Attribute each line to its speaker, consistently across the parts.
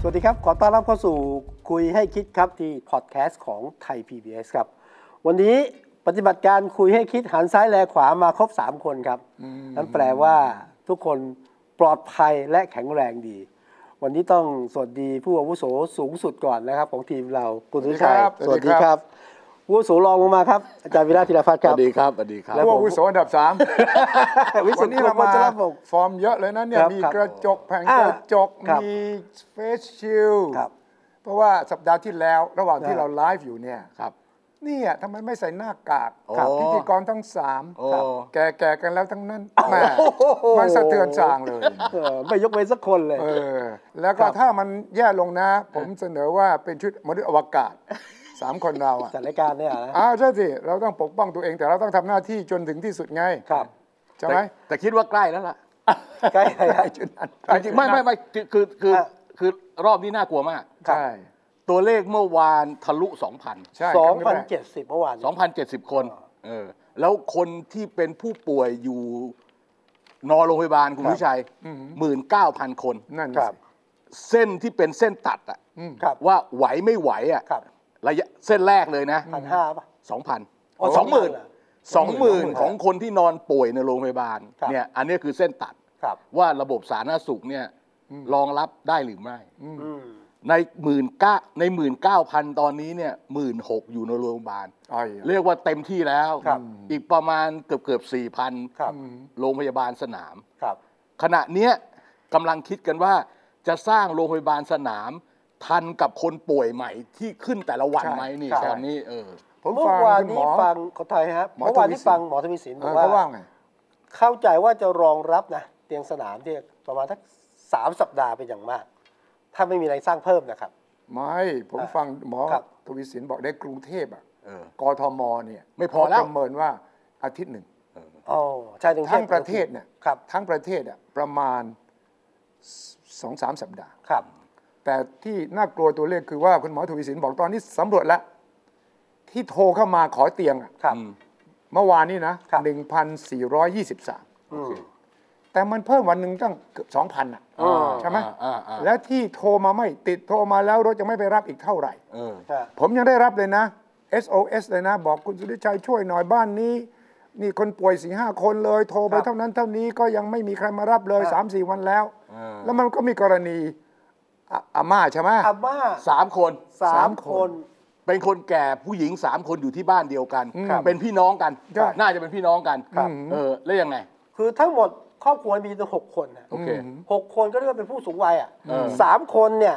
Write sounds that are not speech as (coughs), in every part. Speaker 1: สวัสดีครับ ขอต้อนรับเข้าสู่คุยให้คิดครับที่พอดแคสต์ของไทย PBS ครับ วันนี้ปฏิบัติการคุยให้คิดหันซ้ายแลขวามาครบ 3 คนครับ นั่นแปลว่าทุกคนปลอดภัยและแข็งแรงดี วันนี้ต้องสวัสดีผู้อาวุโสสูงสุดก่อนนะครับ ของทีมเราคุณสุชัย
Speaker 2: สวัสดีครับ
Speaker 1: ผู้อาวุโสรองลงมาครับ อาจารย์วิระธีรพัฒน์
Speaker 2: ส
Speaker 1: ครับ
Speaker 2: วัสดีครับสวัสดีครับ
Speaker 1: แล้ว
Speaker 2: พ
Speaker 1: ผม
Speaker 2: วกอาวุโสอันดับสาม
Speaker 1: วิสุทธิ์
Speaker 2: วันนี้เรา
Speaker 1: คม
Speaker 2: มา
Speaker 1: วัชรพงศ์
Speaker 2: ฟอร์มเยอะเลยนะเนี่ย
Speaker 1: ครับ
Speaker 2: มี
Speaker 1: ครับ
Speaker 2: กระจกแผง
Speaker 1: อ่าก
Speaker 2: ระจก
Speaker 1: ครับ
Speaker 2: มีเฟสชิล
Speaker 1: ครับ
Speaker 2: เพราะว่าสัปดาห์ที่แล้วระหว่าง
Speaker 1: ค
Speaker 2: ที่
Speaker 1: รับ
Speaker 2: เราไลฟ์อยู่เนี่ย
Speaker 3: ครับ
Speaker 2: เนี่ยทำไมไม่ใส่หน้ากาก
Speaker 3: โอ้
Speaker 2: ครับพิธีกรทั้งสาม
Speaker 3: โอ้
Speaker 2: ครับแก่ๆกันแล้วทั้งนั้นแหม่
Speaker 1: โห
Speaker 2: มันสะเทือนสางเลย
Speaker 1: เออไม่ยกเว้นสักคนเลย
Speaker 2: เออ แล้ว
Speaker 1: ค
Speaker 2: ก็
Speaker 1: รับ
Speaker 2: ถ้ามันแย่ลงนะ ผมเสนอว่าเป็นชุดมนุษย์อวกาศสามคนเราอ่ะ
Speaker 1: จัดรายการเนี่ยนะ
Speaker 2: อ้าวใช่สิเราต้องปกป้องตัวเองแต่เราต้องทำหน้าที่จนถึงที่สุดไง
Speaker 1: ครับ
Speaker 2: ใช่ไหม
Speaker 3: แต่แต่คิดว่าใกล้แล้วล่ะ
Speaker 1: ใกล้ใครฮะ
Speaker 2: จุดนั้น
Speaker 3: จริงๆไม่ไม่ไม่คือคือคือ
Speaker 1: อ่ะ
Speaker 3: คือรอบนี้น่ากลัวมาก
Speaker 2: ใช่
Speaker 3: ตัวเลขเมื่อวานทะลุ 2,000
Speaker 2: ใช่
Speaker 1: สอง
Speaker 2: ค
Speaker 1: พั
Speaker 2: รั้
Speaker 1: น
Speaker 2: แรก
Speaker 1: เจ็ดสิบเมื่อวานนี้
Speaker 3: 2,070 คนเออแล้วคนที่เป็นผู้ป่วยอยู่นอนโรงพยาบาลคุณวิชัยหมื่นเก้าพันคน
Speaker 2: นั่น
Speaker 1: ค
Speaker 2: ค
Speaker 1: รั
Speaker 2: รับ บ
Speaker 3: เส้นที่เป็นเส้นตัดอะ
Speaker 1: ครับ
Speaker 3: ว่าไหวไม่ไหวอะ
Speaker 1: ครับ
Speaker 3: ระยะเส้นแรกเลยนะ
Speaker 1: พันห้าป่ะ
Speaker 3: 2,000
Speaker 1: อ๋อ
Speaker 3: สองหมื่น
Speaker 1: เหรอ
Speaker 3: สองหมื่นของคนที่นอนป่วยในโรงพยาบาล
Speaker 1: ครับ
Speaker 3: เนี่ยอันนี้คือเส้นตัด
Speaker 1: ครับ
Speaker 3: ว่าระบบสาธารณสุขเนี่ยรองรับได้หรือไม่
Speaker 1: อืม
Speaker 3: ในหมื่นเก้าในหมื่นเก้าพันตอนนี้เนี่ยหมื่นหกอยู่ในโรงพยาบาล
Speaker 2: อ้อยอะ
Speaker 3: เรียกว่าเต็มที่แล้ว
Speaker 1: ครับ
Speaker 3: อีกประมาณเกือบเกือบสี่พัน
Speaker 1: ครับ
Speaker 3: โรงพยาบาลสนาม
Speaker 1: ครับ
Speaker 3: ขณะเนี้ยกำลังคิดกันว่าจะสร้างโรงพยาบาลสนาม ทันกับคนป่วยใหม่ที่ขึ้นแต่ละวันไหมนี่
Speaker 2: ใช่
Speaker 3: ตอนนี้เออ
Speaker 2: ผม
Speaker 1: เมื่อ
Speaker 2: ฟัง
Speaker 1: วาน
Speaker 2: คุณหม
Speaker 1: นี้
Speaker 2: อ
Speaker 1: ฟังขอไทยฮะ
Speaker 2: หมอ
Speaker 1: เมื่อวานนี้
Speaker 2: ทวีสิน
Speaker 1: ฟังหมอทวีสิน
Speaker 2: เอบ
Speaker 1: อ
Speaker 2: อก เขาว่า
Speaker 1: ว่า
Speaker 2: ไง
Speaker 1: เข้าใจว่าจะรองรับนะเตียงสนามที่ประมาณทักสามสัปดาห์เป็นอย่างมาก ถ้าไม่มีอะไรสร้างเพิ่มนะครับ
Speaker 2: ไม่ ผม
Speaker 1: อ่า
Speaker 2: ฟังหมอ
Speaker 1: ครับ
Speaker 2: ทวีสินบอกได้กรุงเทพอ่ะ
Speaker 3: เออก
Speaker 2: ทมเนี่ย
Speaker 3: ไม่พอแล้ว
Speaker 2: เขาประเมินว่าอาทิตย์หนึ่ง
Speaker 1: อ๋อใช่ถึง
Speaker 2: ทั้งประเทศเนี่ย
Speaker 1: ครับ
Speaker 2: ทั้งประเทศอ่ะประมาณสองสามสัปดาห์
Speaker 1: ครับ
Speaker 2: แต่ที่น่ากลัวตัวเลขคือว่าคุณหมอทวีสินบอกตอนนี้สำรวจแล้ว ที่โทรเข้ามาขอเตียงอะ
Speaker 1: ครับ
Speaker 2: เมื่อวานนี้นะครับ หนึ่งพันสี่ร้อยยี่สิบสาม
Speaker 1: อืม
Speaker 2: แต่มันเพิ่มวันหนึ่งตั้งเกือบสองพันอ่ะ
Speaker 1: อ่า
Speaker 2: ใช่ไหม
Speaker 3: อ่าอ่า
Speaker 2: แล้วที่โทรมาไม่ติดโทรมาแล้วรถยังไม่ไปรับอีกเท่าไหร่
Speaker 3: เออ
Speaker 1: ใช่
Speaker 2: ผมยังได้รับเลยนะ SOS เลยนะ บอกคุณสุริชัยช่วยหน่อยบ้านนี้ นี่คนป่วยสี่ห้าคนเลย โทรไปเท่านั้นเท่านี้ก็ยังไม่มีใครมารับเลย3ามสี่วันแล้ว
Speaker 3: อ่า
Speaker 2: แล้วมันก็มีกรณีอะอาม่าใช่ไหม
Speaker 1: อาม่า
Speaker 3: สามคน
Speaker 1: สามคน
Speaker 3: เป็นคนแก่ผู้หญิงสามคนอยู่ที่บ้านเดียวกัน
Speaker 2: ครับ
Speaker 3: เป็นพี่น้องกัน
Speaker 2: ใช่
Speaker 3: น่าจะเป็นพี่น้องกัน
Speaker 1: ครับ
Speaker 3: เออแล้วยังไง
Speaker 1: คือทั้งหมดครอบครัวมีตั้งหกคนนะ
Speaker 3: โอเค
Speaker 1: หกคนก็เรียกว่าเป็นผู้สูงวัยอ่ะ
Speaker 3: เออ
Speaker 1: สามคนเนี่ย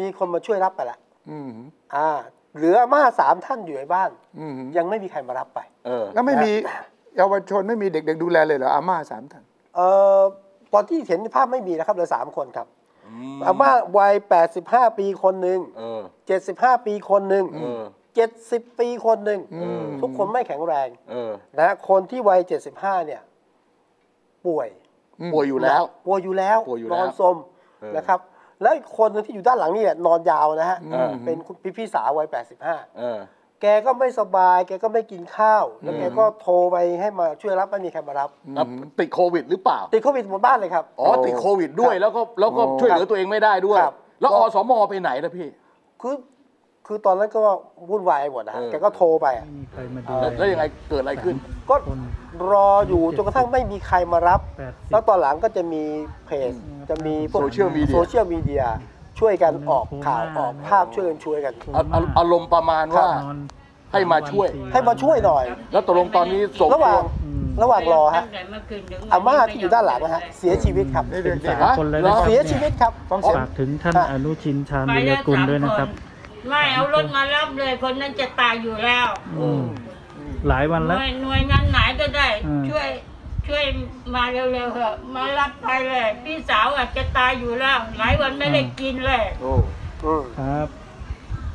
Speaker 1: มีคนมาช่วยรับไปละ
Speaker 2: อืม
Speaker 1: อ่าเหลืออาม่าสามท่านอยู่ในบ้าน
Speaker 2: อืม
Speaker 1: ยังไม่มีใครมารับไป
Speaker 3: เออ
Speaker 2: แล้วไม่มีเยาวชนไม่มีเด็กๆดูแลเลยเหรออาม่าสามท่าน
Speaker 1: เอ่อตอนที่เห็นในภาพไม่มีนะครับเหลือสามคนครับอาม่าวัย 85 ปีคนหนึ่ง
Speaker 3: เออ
Speaker 1: 75 ปีคนหนึ่ง
Speaker 3: เออ
Speaker 1: 70 ปีคนหนึ่ง
Speaker 2: อืม
Speaker 1: ทุกคนไม่แข็งแรง
Speaker 3: เออ
Speaker 1: นะฮะคนที่วัย 75 เนี่ย ป่วย
Speaker 3: ป่วยอยู่แล้ว
Speaker 1: ป่วยอยู่แล้ว
Speaker 3: ป่วยอยู่
Speaker 1: น
Speaker 3: แล้ว
Speaker 1: อนสม
Speaker 3: เออ
Speaker 1: นะครับ แล้วอีกคนหนึงที่อยู่ด้านหลังนี่แหละนอนยาวนะฮะ
Speaker 3: อืม
Speaker 1: เป็นคุณพี่พี่สาววัย 85
Speaker 3: เออ
Speaker 1: แกก็ไม่สบาย แกก็ไม่กินข้าว แล้วแกก็โทรไปให้มาช่วยรับ ไม่มีใครมารับ
Speaker 3: แล้วติดโควิดหรือเปล่า
Speaker 1: ติดโควิดหมดบ้านเลยครับ
Speaker 3: อ๋อ ติดโควิดด้วย แล้วก็แล้วก็
Speaker 2: โอ้
Speaker 3: ช่วยเหลือตัวเองไม่ได้ด้วย
Speaker 1: ครับ
Speaker 3: แล้วอสมไปไหนล่ะพี่
Speaker 1: คือ คือตอนนั้นก็วุ่นวายหมดนะฮะ
Speaker 3: เออ
Speaker 1: แกก็โทรไปอะ
Speaker 4: ไม่มีใครมาดู
Speaker 3: แล้วแล้วยังไงเกิดอะไรขึ้น
Speaker 1: ก็รออยู่จนกระทั่งไม่มีใครมารับ
Speaker 4: แปดสิบ
Speaker 1: แล้วตอนหลังก็จะมีเพจ จะมีพวก
Speaker 3: โซเชียลมีเดีย
Speaker 1: โซเชียลมีเดียช่วยกันออกข่าว
Speaker 4: โอ้โห
Speaker 1: ออกภาพช่วยกันช่วยกัน
Speaker 3: เอาเอาอารมณ์ประมาณว่า
Speaker 4: นอน
Speaker 3: ให้มาช่วย
Speaker 4: สวัน
Speaker 1: ให้มาช่วยหน่อย
Speaker 3: แล้วตกลงตอนนี้ส่ง
Speaker 1: ระหว่าง
Speaker 4: อืม
Speaker 1: ระหว่างรอฮะ
Speaker 5: ตั้งแต่เมื่อคืนถึงวันนี้
Speaker 1: อาม่าที่อยู่ด้านหลังนะฮะ เสียชีวิตครับ
Speaker 2: นี่
Speaker 4: เป็
Speaker 2: เด็
Speaker 4: น
Speaker 2: กๆ
Speaker 4: สาม
Speaker 2: นะ
Speaker 4: คนเลยนะครับ
Speaker 1: เสียชีวิตครับ
Speaker 2: ต้องเสีย
Speaker 4: ฝากถึงท่านอนุชินชาญ
Speaker 5: ไป
Speaker 4: วิร
Speaker 5: แล้ว
Speaker 4: กุล
Speaker 5: สาม
Speaker 4: ด้วยนะ
Speaker 5: ค
Speaker 4: ครั
Speaker 5: น
Speaker 4: บ
Speaker 5: ไม่เอารถมารับเลย คนนั้นจะตายอยู่แล้ว
Speaker 4: อืมหลายวัน
Speaker 5: ห
Speaker 4: แล้ว
Speaker 5: น่วยหน่วยงานไหนก็ได้
Speaker 4: อืม
Speaker 5: ช่วยช่วยมาเร็วๆเถอะมารับไปเลย พี่สาวอาจจะตายอยู่แล้ว หลายวันไม่ได้กินเลย
Speaker 1: อืม
Speaker 4: ครับ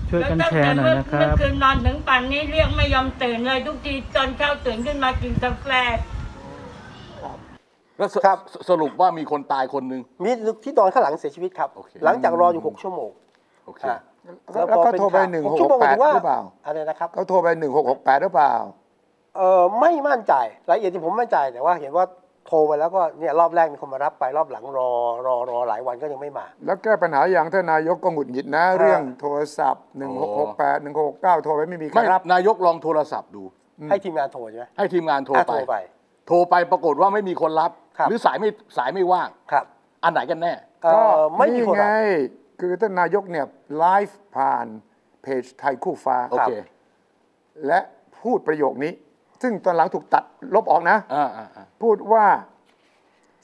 Speaker 4: ช่วยกันแชร์หน่อยนะค
Speaker 5: เมื่
Speaker 4: รั
Speaker 5: อบ คืนนอนถึงป่านนี้เรียกไม่ยอมตื่นเลยทุกทีตอนเช้าตื่นขึ้นมากินกาแฟ
Speaker 3: แล้วส
Speaker 1: ครับ
Speaker 3: สรุปว่ามีคนตายคนหนึ่ง
Speaker 1: มีที่นอนข้างหลังเสียชีวิตครับ
Speaker 3: โอเค
Speaker 1: หลังจากรออยู่ 6 ชั่วโมง
Speaker 3: โอเค
Speaker 1: อ่ะ
Speaker 2: แล้วแล้วก็โทรไป
Speaker 1: เนข่าว
Speaker 2: หนึ่ง
Speaker 1: กชั่วโมง
Speaker 2: หกหกแปด
Speaker 1: ถือว่า
Speaker 2: หรือเปล่า
Speaker 1: อะไรนะครับ
Speaker 2: เขาโทรไปหนึ่งหกหกแปดหรือเปล่า
Speaker 1: เออไม่มั่นใจรายละเอียดที่ผมไม่มั่นใจแต่ว่าเห็นว่าโทรไปแล้วก็เนี่ยรอบแรกมีคนมารับไปรอบหลังรอรอรอหลายวันก็ยังไม่มา
Speaker 2: แล้วแก้ปัญหาอย่างท่านนายกก็หงุดหงิดนะ เรื่องโทรศัพท์หนึ่งหกหกแปดหนึ่งหกเก้าโทรไปไม่มีใคร
Speaker 3: ไม่
Speaker 2: รับ
Speaker 3: นายกลองโทรศัพท์ดู
Speaker 1: ให้ทีมงานโทรใช่ไหม
Speaker 3: ให้ทีมงานโทร
Speaker 1: อ่ะโท
Speaker 3: ไป
Speaker 1: รไป
Speaker 3: โทรไปปรากฏว่าไม่มีคนรับ
Speaker 1: ครับ
Speaker 3: หรือสายไม่สายไม่ว่าง
Speaker 1: ครับ
Speaker 3: อันไหนกันแน่
Speaker 1: เอ่
Speaker 2: ก็
Speaker 1: อไม่มีคน
Speaker 2: ไง
Speaker 1: รับ
Speaker 2: คือท่านนายกเนี่ยไลฟ์ผ่านเพจไทยคู่ฟ้า
Speaker 3: โอเค
Speaker 2: และพูดประโยคนี้ ซึ่งตอนหลังถูกตัดลบออกนะ
Speaker 3: อ่าอ่าอ่า
Speaker 2: พูดว่า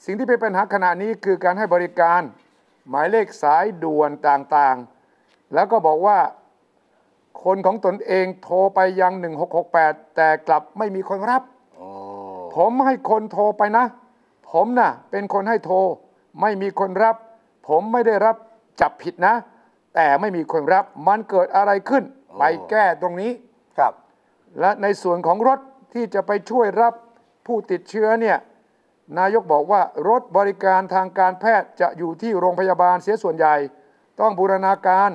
Speaker 2: สิ่งที่เป็นปัญหาขณะนี้คือการให้บริการหมายเลขสายด่วนต่างๆ แล้วก็บอกว่าคนของตนเองโทรไปยัง 1668 แต่กลับไม่มีคนรับ
Speaker 3: โอ้
Speaker 2: ผมให้คนโทรไปนะ ผมน่ะ เป็นคนให้โทร ไม่มีคนรับ ผมไม่ได้รับจับผิดนะ แต่ไม่มีคนรับ มันเกิดอะไรขึ้น ไปแก้ตรงนี้
Speaker 1: ครับ
Speaker 2: และในส่วนของรถที่จะไปช่วยรับผู้ติดเชื้อเนี่ยนายกบอกว่ารถบริการทางการแพทย์จะอยู่ที่โรงพยาบาลเสียส่วนใหญ่ ต้องบูรณาการ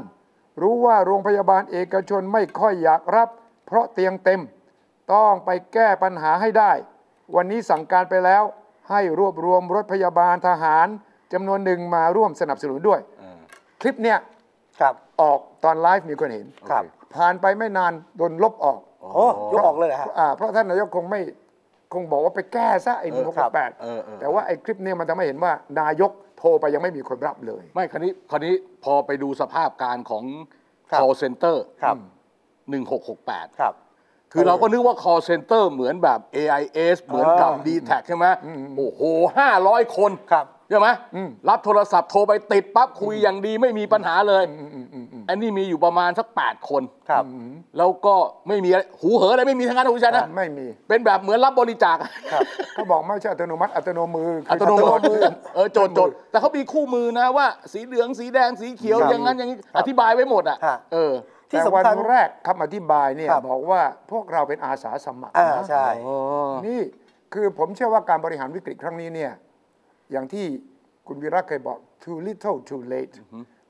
Speaker 2: รู้ว่าโรงพยาบาลเอกชนไม่ค่อยอยากรับ เพราะเตียงเต็ม ต้องไปแก้ปัญหาให้ได้ วันนี้สั่งการไปแล้ว ให้รวบรวมรถพยาบาลทหารจำนวนหนึ่งมาร่วมสนับสนุนด้วย
Speaker 3: อ่า
Speaker 2: คลิปเนี่ย
Speaker 1: ครับ
Speaker 2: ออกตอนไลฟ์มีคนเห็น
Speaker 1: ครับ
Speaker 2: ผ่านไปไม่นานโดนลบออก
Speaker 1: โอ้ยกออกเลยเหรอฮะ
Speaker 2: อ่าเพราะท่านนายกคงไม่คงบอกว่าไปแก้ซะไอ้หนึ่งหก
Speaker 1: ครับ
Speaker 2: แปด
Speaker 3: เออเออ
Speaker 2: แต่ว่าไอ้คลิปเนี่ยมันทำให้เห็นว่านายกโทรไปยังไม่มีคนรับเลย
Speaker 3: ไม่คันนี้คันนี้พอไปดูสภาพการของ
Speaker 1: ครับ
Speaker 3: call center
Speaker 1: ครับ
Speaker 3: หนึ่งหกหกแปด
Speaker 1: ครับ
Speaker 3: คือเราก็นึกว่า call center เหมือนแบบ AIS เหมือนกับ
Speaker 1: อ่า
Speaker 3: d t แทใช่ไหมโอ้โหห้าร้อยคน
Speaker 1: ครับ
Speaker 3: ใช่ไหม
Speaker 2: อืม
Speaker 3: รับโทรศัพท์โทรไปติดปั๊บคุยอย่างดีไม่มีปัญหาเลย อันนี้มีอยู่ประมาณสัก 8 คน
Speaker 1: ครับ
Speaker 3: แล้วก็ไม่มีอะไรหูเหออะไรไม่มีทั้งนั้นนะคุณชัยนะ
Speaker 2: ไม่มี
Speaker 3: เป็นแบบเหมือนรับบริจาค
Speaker 1: ครับ
Speaker 2: เขาบอกไม่ใช่อัตโนมัติอัตโนมือคื
Speaker 3: อัตโนมัติ
Speaker 2: อ
Speaker 3: เออโจทย์โจทย์แต่เขามีคู่มือนะว่า สีเหลืองสีแดงสีเขียวอย่างนั้นอย่างนี้อธิบายไว้หมดอ่ะ
Speaker 1: ฮะ
Speaker 3: เออ
Speaker 1: ที่
Speaker 2: แต่
Speaker 1: สำ
Speaker 2: วัน
Speaker 1: คัญ
Speaker 2: แรกคำอธิบายเนี่ย
Speaker 1: ครับ
Speaker 2: บอกว่าพวกเราเป็นอาสาสมัคร
Speaker 1: อ่า
Speaker 2: นะ
Speaker 1: ใช่
Speaker 2: นี่คือผมเชื่อว่าการบริหารวิกฤตครั้งนี้เนี่ยอย่างที่คุณวีระเคยบอก too little too late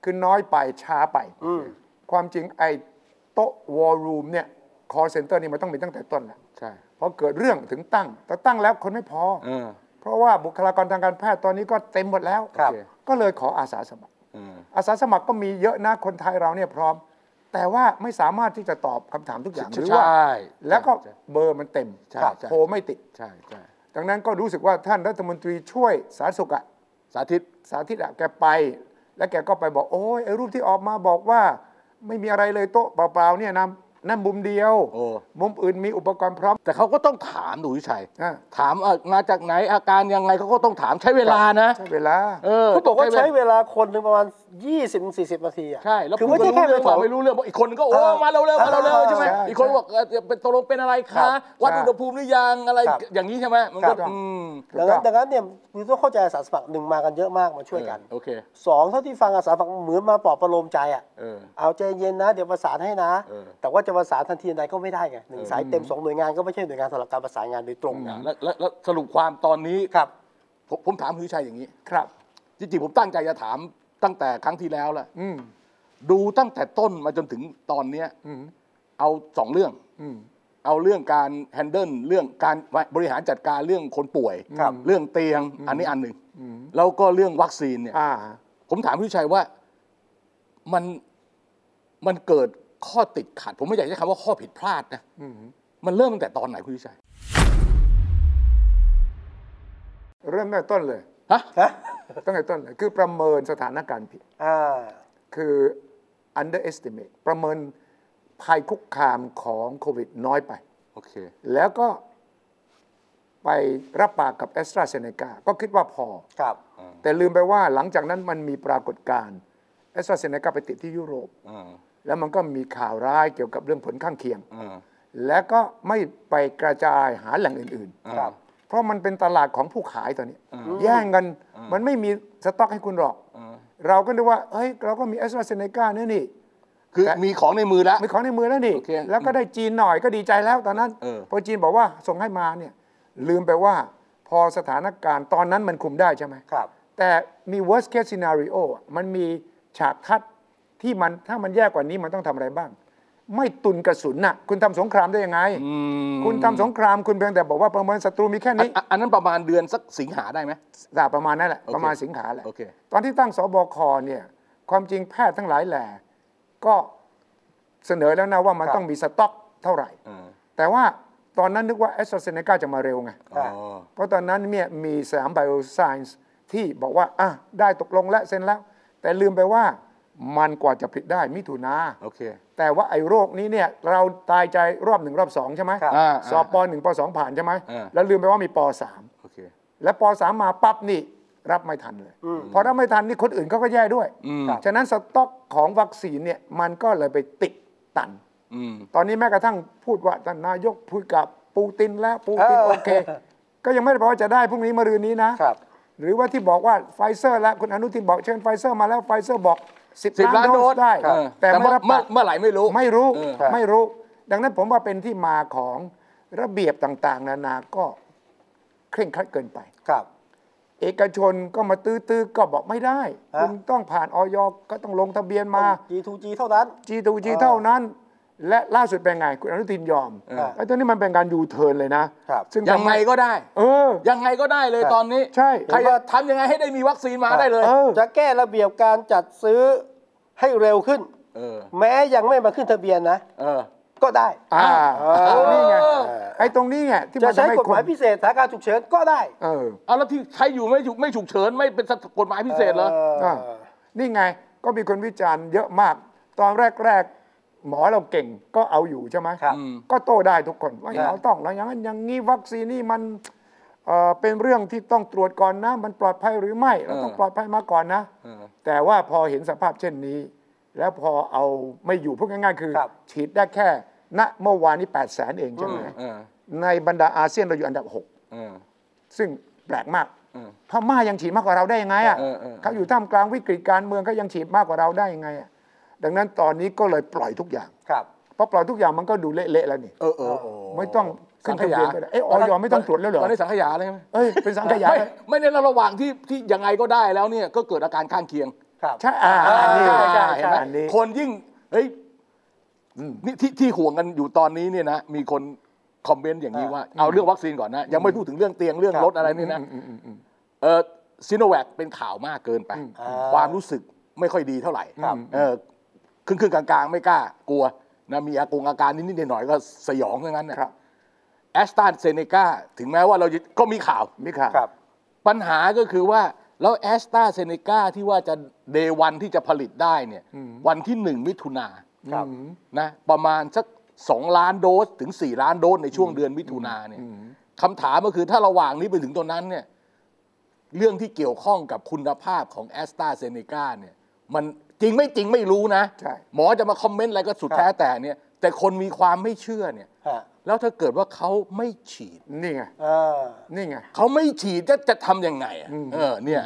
Speaker 2: คือน้อยไปช้าไป
Speaker 1: อืม
Speaker 2: ความจริงไอ้โต๊ะวอลรูมเนี่ยคอเซ็นเตอร์นี่มันต้องมีตั้งแต่ต้นแหละ
Speaker 3: ใช่
Speaker 2: พอเกิดเรื่องถึงตั้ง แต่ตั้งแล้วคนไม่พอ
Speaker 3: เออ
Speaker 2: เพราะว่าบุคลากรทางการแพทย์ตอนนี้ก็เต็มหมดแล้ว
Speaker 1: ครับ
Speaker 2: ก็เลยขออาสาสมัคร
Speaker 3: เออ
Speaker 2: อาสาสมัครก็มีเยอะนะคนไทยเราเนี่ยพร้อม แต่ว่าไม่สามารถที่จะตอบคำถามทุกอย่างห
Speaker 3: ใช่
Speaker 2: รือว่า
Speaker 3: ใช่
Speaker 2: แล้วก็
Speaker 3: ใช่
Speaker 2: เบอร์มันเต็ม
Speaker 3: ใช่ใช่
Speaker 2: โทรไม่ติด
Speaker 3: ใช่ใช่
Speaker 2: ดังนั้นก็รู้สึกว่าท่านรัฐมนตรีช่วยสาธารณสุขอะ
Speaker 3: สาธิต
Speaker 2: สาธิตอะแกไป แล้วแกก็ไปบอก โอ้ยไอ้รูปที่ออกมาบอกว่า ไม่มีอะไรเลยโต๊ะเปล่าๆเนี่ยนะนั่นมุมเดียว
Speaker 3: โอ้
Speaker 2: มุมอื่นมีอุปกรณ์พร้อม
Speaker 3: แต่เขาก็ต้องถามดูวิชัย
Speaker 2: อ่ะ
Speaker 3: ถามเอ่อมาจากไหนอาการยังไงเขาก็ต้องถามใช้เวลานะ
Speaker 2: ใช่เวลา
Speaker 3: เออ
Speaker 1: เขาบอกว่า
Speaker 3: ช้
Speaker 1: ใช้
Speaker 3: เวล
Speaker 1: เวลาคนหนึ่งประมาณ 20-40 นาทีอ่ะ
Speaker 3: ใช่ แล้ว
Speaker 1: คือไม่ใช่
Speaker 3: ผ
Speaker 1: แค่
Speaker 3: ก็
Speaker 1: ไป
Speaker 3: รู้เรื่
Speaker 1: ถอด
Speaker 3: องเปล่าไม่รู้เรื่องบอกอีกคนก็โอ้
Speaker 1: อ่า
Speaker 3: มาเร็วๆมาเร็วๆใช่ไหม
Speaker 2: ใช่
Speaker 3: อีกคนบอกเอ่อเป็นตกลงเป็นอะไร
Speaker 1: ครั
Speaker 3: คะ
Speaker 1: บ
Speaker 3: วัดอุณหภูมิหรือยังอะไร
Speaker 1: ครับ
Speaker 3: อย่างนี้ใช่ไหมมัน
Speaker 2: ครั
Speaker 3: ก็
Speaker 2: บ
Speaker 3: อืม
Speaker 1: ดังนั้นดังนั้นเนี่ยคือต้องเข้าใจอาสาสมัครหนึ่งมากันเยอะมากมาช่วยกัน
Speaker 3: เออโอเค
Speaker 1: สองเท่าที่ฟังอาสาสมัครเหมือนมาปลอบประโลมใจอ่ะ
Speaker 3: เออ
Speaker 1: เอาใจเย็นนะ เดี๋ยวประสานให้นะ
Speaker 3: เออ
Speaker 1: แต่ว่าจะประสานทันทีใดก็ไม่ได้ไงหนึ่งสายเต็มสองหน่วยงานก็ไม่ใช่หน่วยงานสำหรับการประสานงานโดยตรงนะ
Speaker 3: แล้วแล้วแล้วสรุปความตอนนี้
Speaker 1: ครับ
Speaker 3: ผมผมถามคุณวิชัยอย่างนี้
Speaker 2: ครับ
Speaker 3: จริงๆผมตั้งใจจะถามตั้งแต่ครั้งที่แล้วแหละ
Speaker 2: อืม
Speaker 3: ดูตั้งแต่ต้นมาจนถึงตอนเนี้ย
Speaker 2: อืม
Speaker 3: เอาสองเรื่อง
Speaker 2: อืม
Speaker 3: เอาเรื่องการแฮนเดิลเรื่องการบริหารจัดการเรื่องคนป่วย
Speaker 2: ครับ
Speaker 3: เรื่องเตียงอันนี้อันหนึ่ง
Speaker 2: อืม
Speaker 3: แล้วก็เรื่องวัคซีนเนี่ย
Speaker 2: อ่า
Speaker 3: ผมถามพี่ชัยว่ามันมันเกิดข้อติดขัด ผมไม่อยากใช้คำว่าข้อผิดพลาดนะ
Speaker 2: อืม
Speaker 3: มันเริ่มตั้งแต่ตอนไหนคุณพี่ชัย
Speaker 2: เริ่มตั้งแต่ต้นเลย
Speaker 3: ฮะ
Speaker 1: นะ
Speaker 2: ตั้งแต่ต้นเลย คือประเมินสถานการณ์ผิด
Speaker 1: อ่า
Speaker 2: คือ underestimate ประเมินภัยคุกคามของโควิดน้อยไป
Speaker 3: โอเค
Speaker 2: แล้วก็ไปรับปากกับแอสตราเซเนกาก็คิดว่าพอ
Speaker 1: ครับ
Speaker 2: แต่ลืมไปว่าหลังจากนั้นมันมีปรากฏการณ์แอสตราเซเนกาไปติดที่ยุโรป
Speaker 3: อ่า
Speaker 2: แล้วมันก็มีข่าวร้ายเกี่ยวกับเรื่องผลข้างเคียง
Speaker 3: อ่า
Speaker 2: และก็ไม่ไปกระจายหาแหล่งอื่น
Speaker 1: ครับ
Speaker 2: ๆ เพราะมันเป็นตลาดของผู้ขายตอนนี้ แย่งกันมันไม่มีสต็อกให้คุณหรอก
Speaker 3: อ่า
Speaker 2: เราก็นึกว่าเฮ้ยเราก็มีแอสตราเซเนกาเนี่ยนี่
Speaker 3: คือมีของในมือแล้ว
Speaker 2: มีของในมือแล้วนี่
Speaker 3: โอเค
Speaker 2: แล้วก็ได้จีนหน่อยก็ดีใจแล้วตอนนั้น
Speaker 3: เออ
Speaker 2: พอจีนบอกว่าส่งให้มาเนี่ยลืมไปว่าพอสถานการณ์ตอนนั้นมันคุมได้ใช่ไหม
Speaker 1: ครับ
Speaker 2: แต่มี worst case scenario อะมันมีฉากทัดที่มันถ้ามันแย่กว่านี้มันต้องทำอะไรบ้าง ไม่ตุนกระสุนน่ะ คุณทำสงครามได้ยังไง
Speaker 3: อืม
Speaker 2: คุณทำสงครามคุณเพียงแต่บอกว่าประเมินศัตรูมีแค่
Speaker 3: อัน
Speaker 2: นี้
Speaker 3: อันอันนั้นประมาณเดือนสักสิงหาได้ไหม
Speaker 2: อ่าประมาณนั่นแหละ
Speaker 3: โอเค
Speaker 2: ประมาณสิงหาแหละ
Speaker 3: โอเค
Speaker 2: ตอนที่ตั้งสบคเนี่ย ความจริงแพทย์ทั้งหลายแหล่ก็เสนอแล้วนะว่ามัน
Speaker 1: ครับ
Speaker 2: ต้องมีสต็อกเท่าไหร่
Speaker 3: อ่า
Speaker 2: แต่ว่าตอนนั้นนึกว่าแอสตราเซเนกาจะมาเร็วไง
Speaker 3: อ๋อ
Speaker 2: เพราะตอนนั้นเนี่ยมีสาม bio science ที่บอกว่า อ่ะ ได้ตกลงและเซ็นแล้ว แต่ลืมไปว่ามันกว่าจะผลิตได้มิถุนา
Speaker 3: โอเค
Speaker 2: แต่ว่าไอ้โรคนี้เนี่ย เราตายใจรอบหนึ่งรอบสองใช่ไหม
Speaker 1: ครับ
Speaker 3: าา
Speaker 2: สอบปหนึ่งปสองผ่านใช่ไหม
Speaker 3: อ่า
Speaker 2: แล้วลืมไปว่ามีปสาม
Speaker 3: โอเค
Speaker 2: และปสามมาปั๊บนี่ รับไม่ทันเลย
Speaker 1: อืม
Speaker 2: พอรับไม่ทันนี่คนอื่นเขาก็แย่ด้วย
Speaker 3: อืม
Speaker 1: ครับ
Speaker 2: ฉะนั้นสต็อกของวัคซีนเนี่ยมันก็เลยไปติดตัน
Speaker 3: อืม
Speaker 2: ตอนนี้แม้กระทั่งพูดว่าท่านนายกพูดกับปูตินแล้วปูติน
Speaker 1: เออ
Speaker 2: โอเค ก็ยังไม่ได้บอกว่าจะได้พรุ่งนี้มะรืนนี้นะ
Speaker 1: ครับ
Speaker 2: หรือว่าที่บอกว่าไฟเซอร์แล้วคุณอนุทินบอกเชิญไฟเซอร์มาแล้วไฟเซอร์บอก
Speaker 3: สิบ
Speaker 2: 10
Speaker 3: ล้า
Speaker 2: ล้าน น
Speaker 3: โด
Speaker 2: โด
Speaker 3: ส
Speaker 2: สได้
Speaker 3: เออ
Speaker 2: แต่
Speaker 3: แต่
Speaker 2: ไม่รับ
Speaker 3: เมื่อเมื่อไหร่ไม่รู้
Speaker 2: ไม่รู้
Speaker 3: เออ
Speaker 1: ครับ
Speaker 2: ไม่รู้ ดังนั้นผมว่าเป็นที่มาของระเบียบต่างๆ นานาก็เคร่งครัดเกินไป
Speaker 1: ครับ
Speaker 2: เอกชนก็มาตื้อๆก็บอกไม่ได้
Speaker 1: ฮะ
Speaker 2: คุณต้องผ่านออยก็ต้องลงทะเบียนมา
Speaker 1: G2G เท่านั้น
Speaker 2: G2G
Speaker 1: อ่า
Speaker 2: เท่านั้น และล่าสุดเป็นไง คุณอนุทินยอม
Speaker 3: เออ
Speaker 2: ไอ้ตัวนี้มันเป็นการยูเทิร์นเลยนะครับ ซึ่ง
Speaker 3: ยังไงก็ได้
Speaker 2: เออ
Speaker 3: ยังไงก็ได้เลย
Speaker 1: ครับ
Speaker 3: ตอนนี้
Speaker 2: ใช่
Speaker 3: ใครจะทำยังไงให้ได้มีวัคซีนมาได้เลย
Speaker 2: เออ
Speaker 1: จะแก้ระเบียบการจัดซื้อให้เร็วขึ้น
Speaker 3: เออ
Speaker 1: แม้ยังไม่มาขึ้นทะเบียนนะ
Speaker 3: เออ
Speaker 1: ก็ได้
Speaker 2: อ่า
Speaker 1: เออ
Speaker 2: ตรงนี้ไง
Speaker 3: เออ
Speaker 2: ไอ้ตรงนี้ไงที่
Speaker 1: จะ
Speaker 2: มัน
Speaker 1: ใช้
Speaker 2: ทำให้
Speaker 1: กฎ
Speaker 2: ค
Speaker 1: หมาย
Speaker 2: น
Speaker 1: พิเศษสถานการณ์ฉุกเฉินก็ได้
Speaker 2: เออ
Speaker 3: เอาแล้วที่ใช้อยู่ไม่ฉุกไม่ฉุกเฉินไม่เป็นกฎหมายพิเศษเหรอ
Speaker 1: อ
Speaker 2: อ่า นี่ไงก็มีคนวิจารณ์เยอะมาก ตอนแรก ๆ หมอเราเก่งก็เอาอยู่ใช่ไหม
Speaker 1: ครับ
Speaker 3: อืม
Speaker 2: ก็โต้ได้ทุกคนว่า
Speaker 1: ครับ
Speaker 2: เราต้องแล้วอย่างนั้นอย่างนี้วัคซีนนี่มันเอ่อเป็นเรื่องที่ต้องตรวจก่อนนะ มันปลอดภัยหรือไม่ เราต้อง
Speaker 3: เออ
Speaker 2: ปลอดภัยมาก่อนนะ
Speaker 3: เออ
Speaker 2: แต่ว่าพอเห็นสภาพเช่นนี้ แล้วพอเอาไม่อยู่พูดง่ายๆคือ
Speaker 1: ครับ
Speaker 2: ฉีดได้แค่ณเมื่อวานนี้8 0 0 0 0เองใช่ไหม
Speaker 3: เออ
Speaker 2: ในบรรดาอาเซียนเราอยู่อันดับ
Speaker 3: เออ
Speaker 2: 6 ซึ่งแปลกมาก
Speaker 3: เออ
Speaker 2: พม่ายังฉีดมากกว่าเราได้ยังไงอ่ะ
Speaker 3: เออเออเออ
Speaker 2: เขาอยู่ท่ามกลางวิกฤตการเมืองเขายังฉีดมากกว่าเราได้ยังไงอ่ะดังนั้นตอนนี้ก็เลยปล่อยทุกอย่าง
Speaker 1: ครับ
Speaker 2: พอปล่อยทุกอย่างมันก็ดูเละๆแล้วนี่
Speaker 3: เออเออเอ
Speaker 2: ไม่ต้องขึ้
Speaker 3: สั
Speaker 2: น
Speaker 3: งข
Speaker 2: ทะเบี
Speaker 3: ยาย
Speaker 2: นก็ได้เอ้ยออยไม่ต้องตรวจแล้วเหรอ
Speaker 3: ตอนนี้สังขยาเลยไหม
Speaker 2: เอ้ยเป็นสังขยา
Speaker 3: ไม่ไม่ในระหว่างที่ที่ยังไงก็ได้แล้วเนี่ยก็เกิดอาการข้างเคียง
Speaker 1: ครับ
Speaker 2: ใช่อ่าอันนี้
Speaker 1: ใช่ใช่
Speaker 2: เห็
Speaker 3: เห็
Speaker 2: น
Speaker 3: น
Speaker 2: ไห
Speaker 3: ไห
Speaker 2: ม
Speaker 3: ม
Speaker 2: อันนี้
Speaker 3: คนยิ่งเฮ้ย
Speaker 2: อืม
Speaker 3: นี่ที่ที่ห่วงกันอยู่ตอนนี้เนี่ยนะมีคนคอมเมนต์อย่างนี้ว่าเอาเรื่องวัคซีนก่อนนะยังไม่พูดถึงเรื่องเตียงเรื่อง
Speaker 1: ครับ
Speaker 3: รถอะไรนี่นะ
Speaker 2: อืมอืมอืม
Speaker 3: เออซีโนแวคเป็นข่าวมากเกินไป
Speaker 2: อืม
Speaker 1: อ่า
Speaker 3: ความรู้สึกไม่ค่อยดีเท่าไหร่
Speaker 2: ครับ
Speaker 3: เออครึ่งครึ่งๆกลางๆ ไม่กล้ากลัวนะมีอากงอาการนิดๆหน่อยๆก็สยองทั้งนั้นนะครับ แอสตราเซเนกาถึงแม้ว่าเราจะก็มีข่าว
Speaker 2: มีข่าว
Speaker 1: ครับ
Speaker 3: ปัญหาก็คือว่า แล้วแอสตราเซเนกาที่ว่าจะเดวันที่จะผลิตได้เนี่ย
Speaker 2: อืม
Speaker 3: วันที่หนึ่งมิถุนา
Speaker 1: ครับ
Speaker 2: อืม
Speaker 3: นะประมาณสัก 2 ล้านโดสถึง 4 ล้านโดสในช่วงเดือนมิถุนาเนี่ย
Speaker 2: อืม
Speaker 3: คำถามก็คือถ้าระหว่างนี้ไปถึงตรงนั้นเนี่ยเรื่องที่เกี่ยวข้องกับคุณภาพของแอสตราเซเนกาเนี่ยมันจริงไม่จริงไม่รู้นะ
Speaker 2: ใช่
Speaker 3: หมอจะมาคอมเมนต์อะไรก็สุด
Speaker 1: ครับ
Speaker 3: แท้แต่เนี่ยแต่คนมีความไม่เชื่อเนี่ย
Speaker 1: ฮะ
Speaker 3: แล้วถ้าเกิดว่าเขาไม่ฉีด
Speaker 2: นี่ไง
Speaker 1: เออ
Speaker 2: นี่ไง
Speaker 3: เขาไม่ฉีดจะจะทำยังไงอะ
Speaker 2: อืม
Speaker 3: เออเนี่ย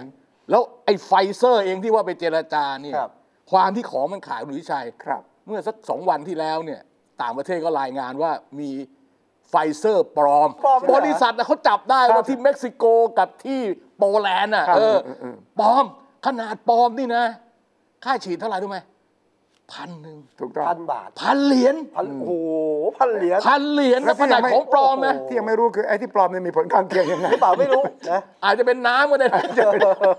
Speaker 3: แล้วไอ้ไฟเซอร์เองที่ว่าไปเจรจาเนี่ย
Speaker 1: ครับ
Speaker 3: ความที่ของมันขายคุณวิชัย
Speaker 2: ครับ
Speaker 3: เมื่อสักสองวันที่แล้วเนี่ยต่างประเทศก็รายงานว่ามีไฟเซอร์ปลอม
Speaker 1: ปลอมเลยเหร
Speaker 3: บ
Speaker 1: อ
Speaker 3: ริษัทน่ะเขาจับได้ว่าที่เม็กซิโกกับที่โปแลนด์อ่ะ
Speaker 2: ครับ
Speaker 3: เออ
Speaker 2: เออเออ
Speaker 3: ปลอมขนาดปลอมนี่นะ ค่าฉีดเท่าไหร่รู้ไหมพันหนึ่ง
Speaker 2: ถูกต้อง
Speaker 1: พันบาท
Speaker 3: พันเหรียญ
Speaker 1: พันโอ้โหพันเหรียญ
Speaker 3: พันเหรียญนะขนาดของปลอมนะ
Speaker 2: โโหที่ยังไม่รู้คือไอ้ที่ปลอมเนี่ยมีผลข้างเคียงยังไง
Speaker 1: หรือเปล่าไม่รู้นะ
Speaker 3: อาจจะเป็นน้ำก็ได้นะ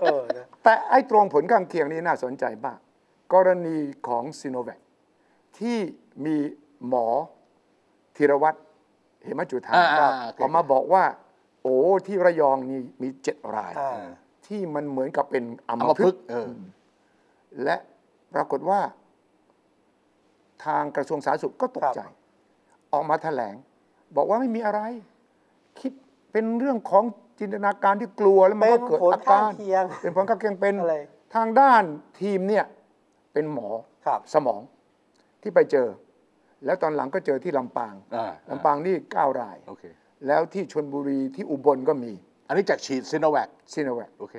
Speaker 1: เออนะ
Speaker 2: แต่ไอ้ตรงผลข้างเคียงนี้น่าสนใจมาก กรณีของซีโนแวคที่มีหมอธีรวัตรเหมจุธา
Speaker 3: อ่า
Speaker 2: ครับ
Speaker 3: อ่าโอเค
Speaker 2: ออกมาบอกว่า โอ้ที่ระยองนี่มีเจ็ดราย
Speaker 1: อ่า
Speaker 2: ที่มันเหมือนกับเป็นอัม
Speaker 3: เอามา
Speaker 2: พ
Speaker 3: พึ
Speaker 2: ฤ
Speaker 3: ก
Speaker 2: ก
Speaker 3: ษ์
Speaker 2: ษ์
Speaker 3: เออ
Speaker 2: และปรากฏว่า ทางกระทรวงสาธารณสุขก็ตกใจ ออกมาแถลง บอกว่าไม่มีอะไร คิดเป็นเรื่องของจินตนาการที่กลัวแล้วมันก็เกิด
Speaker 1: เป็นผล
Speaker 2: อาการ
Speaker 1: ข้างเคียง
Speaker 2: เป็นผลข้างเคียงเป็น
Speaker 1: อะไร
Speaker 2: ทางด้านทีมเนี่ย เป็นหมอ
Speaker 1: ครับ
Speaker 2: สมองที่ไปเจอ แล้วตอนหลังก็เจอที่ลำปาง
Speaker 3: อ่า
Speaker 2: ลำปางนี่เก้าราย
Speaker 3: โอเค
Speaker 2: แล้วที่ชนบุรีที่อุบลก็มี
Speaker 3: อันนี้จากฉีดซีโนแวค
Speaker 2: ซีโนแวค
Speaker 3: โอเค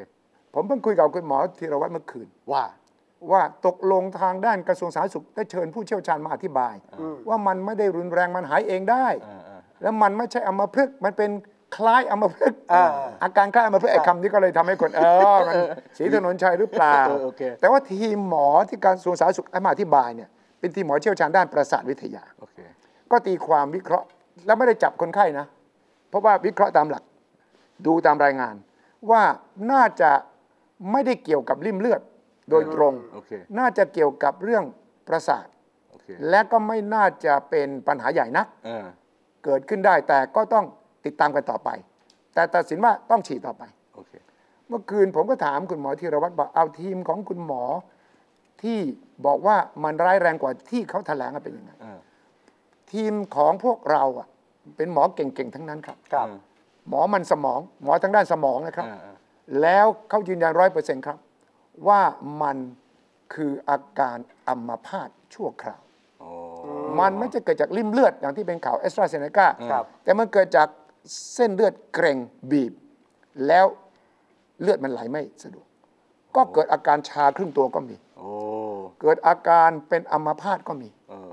Speaker 2: ผมเพิ่งคุยกับคุณหมอธีรวัตรเมื่อคืน
Speaker 3: ว่า
Speaker 2: ว่าตกลงทางด้านกระทรวงสาธารณสุขได้เชิญผู้เชี่ยวชาญมาอธิบาย
Speaker 1: อืม
Speaker 2: ว่ามันไม่ได้รุนแรงมันหายเองได้
Speaker 3: เออเออ
Speaker 2: แล้วมันไม่ใช่อัมพฤกษ์มันเป็นคล้ายอัมพฤกษ์
Speaker 1: อ่า
Speaker 2: อาการคล้ายอัมพฤกษ์ไอ้คำนี้ก็เลยทำให้คนเออมันสีถนนชัยหรือเปล่า
Speaker 3: เออโอเค
Speaker 2: แต่ว่าทีมหมอที่การกระทรวงสาธารณสุขมาอธิบายเนี่ยเป็นทีมหมอเชี่ยวชาญด้านประสาทวิทยา
Speaker 3: โอเค
Speaker 2: ก็ตีความวิเคราะห์แล้วไม่ได้จับคนไข้นะ เพราะว่าวิเคราะห์ตามหลัก ดูตามรายงาน ว่าน่าจะไม่ได้เกี่ยวกับริ่มเลือดโดยตรง
Speaker 3: โอเค
Speaker 2: น่าจะเกี่ยวกับเรื่องประสาท
Speaker 3: โอเค
Speaker 2: และก็ไม่น่าจะเป็นปัญหาใหญ่นัก
Speaker 3: เออ
Speaker 2: เกิดขึ้นได้แต่ก็ต้องติดตามกันต่อไป แต่ตัดสินว่าต้องฉีดต่อไป
Speaker 3: โอเค
Speaker 2: เมื่อคืนผมก็ถามคุณหมอธีรวัตรบอกเอาทีมของคุณหมอที่บอกว่ามันร้ายแรงกว่าที่เขาแถลงอะเป็นยังไง
Speaker 3: เออ
Speaker 2: ทีมของพวกเราอ่ะเป็นหมอเก่งๆ ทั้งนั้นครับ
Speaker 1: ครับ
Speaker 2: หมอมันสมอง หมอทางด้านสมองนะครับ
Speaker 3: อ่าอ่า
Speaker 2: แล้วเขายืนยันร้อยเปอร์เซ็นต์ครับ ว่ามันคืออาการอัมพาตชั่วคราว
Speaker 3: โอ้
Speaker 2: มันไม่จะเกิดจากริ่มเลือดอย่างที่เป็นข่าวเอสตราเซเนกา
Speaker 1: ครับ
Speaker 2: แต่มันเกิดจากเส้นเลือดเกร็งบีบ แล้วเลือดมันไหลไม่สะดวก ก็เกิดอาการชาครึ่งตัวก็มี
Speaker 3: โอ้
Speaker 2: เกิดอาการเป็นอัมพาตก็มี
Speaker 3: เออ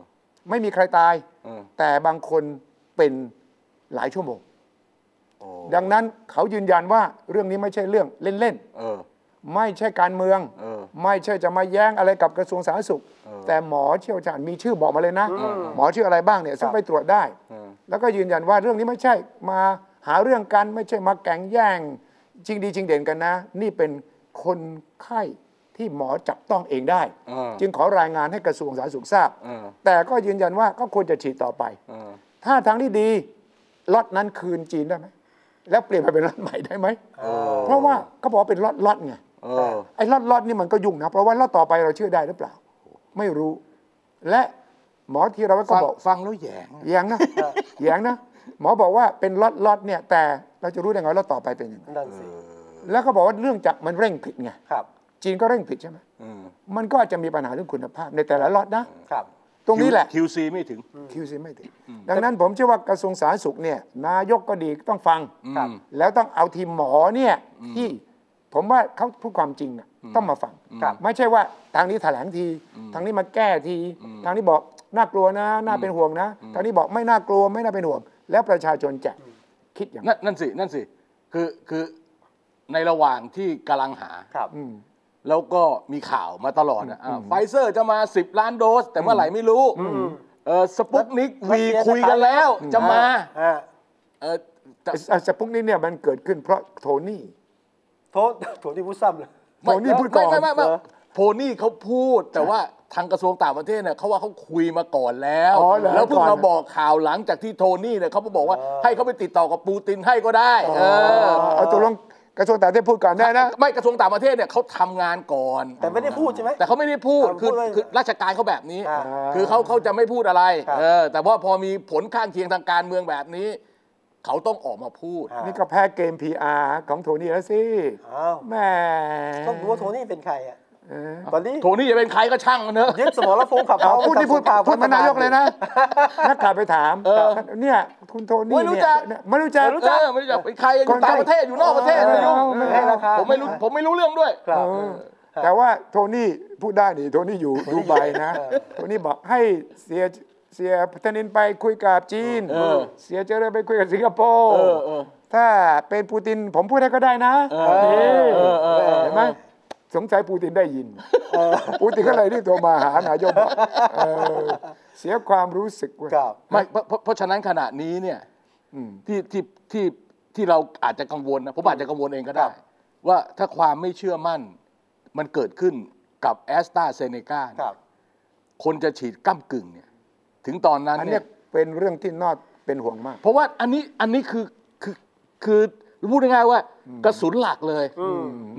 Speaker 2: ไม่มีใครตาย
Speaker 3: เออ
Speaker 2: แต่บางคนเป็นหลายชั่วโมง
Speaker 3: โอ้
Speaker 2: ดังนั้นเขายืนยันว่าเรื่องนี้ไม่ใช่เรื่องเล่น
Speaker 3: เออ
Speaker 2: ๆ ไม่ใช่การเมือง
Speaker 3: เออ
Speaker 2: ไม่ใช่จะมาแย้งอะไรกับกระทรวงสาธารณสุข
Speaker 3: เออ
Speaker 2: แต่หมอเชี่ยวชาญมีชื่อบอกมาเลยนะ
Speaker 1: อืม
Speaker 2: หมอชื่ออะไรบ้างเนี่ยซึ่งไปตรวจได้
Speaker 3: เออ
Speaker 2: แล้วก็ยืนยันว่าเรื่องนี้ไม่ใช่มาหาเรื่องกันไม่ใช่มาแก่งแย่งจริงดีจริงเด่นกันนะ นี่เป็นคนไข้ที่หมอจับต้องเองได้
Speaker 3: เออ
Speaker 2: จึงขอรายงานให้กระทรวงสาธารณสุขทราบ
Speaker 3: เออ
Speaker 2: แต่ก็ยืนยันว่าก็ควรจะฉีดต่อไป
Speaker 3: เออ
Speaker 2: ถ้าทางที่ดีล็อตนั้นคืนจีนได้ไหม แล้วเปลี่ยนมาเป็นล็อตใหม่ได้ไหม เพราะว่าเขาบอกว่าเป็นล็อตล็อตไง
Speaker 3: เออ
Speaker 2: ไอ้ล็อตล็อตนี่มันก็ยุ่งนะ เพราะว่าล็อตต่อไปเราเชื่อได้หรือเปล่า ไม่รู้ และหมอทีรวัตรก็
Speaker 3: ฟัง
Speaker 2: บอก
Speaker 3: ฟังแล้วแหยง
Speaker 2: แย้งนะแย้งนะหมอบอกว่าเป็นล็อตล็อตเนี่ยแต่เราจะรู้ได้ไงว่าล็อตต่อไปเป็นยังไง
Speaker 1: นั่นสิ
Speaker 2: แล้วเขาบอกว่าเรื่องจากมันเร่งผิดไง
Speaker 1: ครับ
Speaker 2: จีนก็เร่งผิดใช่ไหม
Speaker 3: เออ
Speaker 2: มันก็อาจจะมีปัญหาเรื่องคุณภาพในแต่ละล็อตนะครับ ตรงนี้แหละ
Speaker 3: คิว QC ไม่ถึง
Speaker 2: QC ไม่ถึงดังนั้นผมเชื่อว่ากระทรวงสาธารณสุขเนี่ยนายกก็ดีต้องฟัง
Speaker 1: ครับ
Speaker 2: แล้วต้องเอาทีมหมอเนี่ยที่ผมว่าเขาพูดความจริงน่ะต้องมาฟัง
Speaker 1: ครับ
Speaker 2: ไม่ใช่ว่าทางนี้แถลงที ทางนี้มาแก้ที ทางนี้บอกน่ากลัวนะ น่าเป็นห่วงนะ ทางนี้บอกไม่น่ากลัวไม่น่าเป็นห่วง แล้วประชาชนจะคิดอย่างไร
Speaker 3: นั่นนั่นสิ นั่นสิ คือ คือ ในระหว่างที่กำลังหา
Speaker 1: ครับ
Speaker 2: อืม
Speaker 3: แล้วก็มีข่าวมาตลอดอะอ่ะไฟเซอร์จะมา 10 ล้านโดส แต่เมื่อไหร่ไม่รู้เออสปุกนิก
Speaker 1: รัส
Speaker 3: วี
Speaker 1: เซีย
Speaker 3: คุยกันแล้วจะมา
Speaker 1: อ่า
Speaker 3: เออแต่
Speaker 2: ไอ้สปุกนี้เนี่ยมันเกิดขึ้นเพราะโทนี่
Speaker 1: โทษ (laughs) โทษที่พูดซ้ำเลย
Speaker 2: โทนี่พูดก่อน
Speaker 3: ไม่ไม่ไม่
Speaker 1: เหรอ
Speaker 3: โพนี่เขาพูด แต่ว่าทางกระทรวงต่างประเทศเนี่ยเขาว่าเขาคุยมาก่อนแล้ว
Speaker 2: อ๋อเหรอ
Speaker 3: แล้วเพิ่
Speaker 2: ก่
Speaker 3: ง
Speaker 2: อน
Speaker 3: มาบอกข่าวหลังจากที่โทนี่เนี่ยเขาบอกว่าให้เขาไปติดต่อกับปูตินให้ก็ได้เออ
Speaker 2: เอาตัวลงกระทรวงต่างประเทศพูดก่อนได้นะ
Speaker 3: ไม่กระทรวงต่างประเทศเนี่ยเขาทำงานก่อน
Speaker 1: แต่ไม่ได้พูดใช่ไหม
Speaker 3: แต่เขาไม่ได้พูด
Speaker 1: อ่า
Speaker 3: คือ
Speaker 1: พูดว่า
Speaker 3: คือราชการเขาแบบนี้
Speaker 1: อ่า
Speaker 3: คือเขาเขาจะไม่พูดอะไร
Speaker 1: ครับ
Speaker 3: เออแต่ว่าพอมีผลข้างเคียงทางการเมืองแบบนี้ เขาต้องออกมาพูด
Speaker 2: นี่ก็แพ้เกม PR ของโทนี่แล้วสิ
Speaker 1: อ้าว
Speaker 2: แหม่
Speaker 1: ต้องรู้ว่าโทนี่เป็นใครอ่ะ
Speaker 2: เออ
Speaker 1: ตอนนี้
Speaker 3: โทนี่จะเป็นใครก็ช่างมันเถอะ
Speaker 1: ยึดสมรภูมิขับ
Speaker 2: เอา
Speaker 1: เขา
Speaker 2: พูดที่พูด
Speaker 1: ข่าว
Speaker 2: พูดมานายกเลยนะ นักข่าวไปถาม
Speaker 3: เออ
Speaker 2: เนี่ยคุณโทนี่
Speaker 3: ไม่รู้จัก
Speaker 2: เนี่ยไม่รู้จัก
Speaker 3: เออไม่รู้จักเป็นใครอยู่
Speaker 2: คนใกล้
Speaker 3: ต่างประเทศอยู่นอกประเทศ
Speaker 2: เออ
Speaker 3: ไม่รู้
Speaker 2: ไม่
Speaker 1: ให้ราคา
Speaker 3: ผมไม่รู้ผมไม่รู้เรื่องด้วย
Speaker 1: ครับ
Speaker 2: เออแต่ว่าโทนี่พูดได้นี่โทนี่อยู่ดูไบนะ โทนี่บอกให้เสียเสียพัฒนินไปคุยกับจีน
Speaker 3: เออ
Speaker 2: เสียเจริญไปคุยกับสิงคโป
Speaker 3: เอ
Speaker 2: ร์
Speaker 3: อเออ
Speaker 2: ถ้าเป็นปูตินผมพูดได้ก็ได้นะ
Speaker 3: เออ
Speaker 2: นี่
Speaker 3: เออเออเออ
Speaker 2: เห็นไหมสงสัยปูตินได้ยินปูตินก็เลยรีบโทรมาหานายกบอกเออเสียความรู้สึกเว้ย
Speaker 1: ครับ
Speaker 3: ไม่เพราะเพราะเพราะฉะนั้นขณะนี้เนี่ย
Speaker 2: อืม
Speaker 3: ที่ที่ที่ที่เราอาจจะกังวลนะผมอาจจะกังวลเองก็ได้
Speaker 1: ครับ
Speaker 3: ว่าถ้าความไม่เชื่อมั่น มันเกิดขึ้นกับแอสตราเซเนกา
Speaker 1: ครับ
Speaker 3: คนจะฉีดก้ากึ่งเนี่ย ถึงตอนนั้น
Speaker 2: อันเนี้
Speaker 3: เนี่ย ย
Speaker 2: เป็นเรื่องที่นอดเป็นห่วงมาก
Speaker 3: เพราะว่าอันนี้อันนี้คือคือคือพูดง่ายๆว่ากระสุนหลักเลย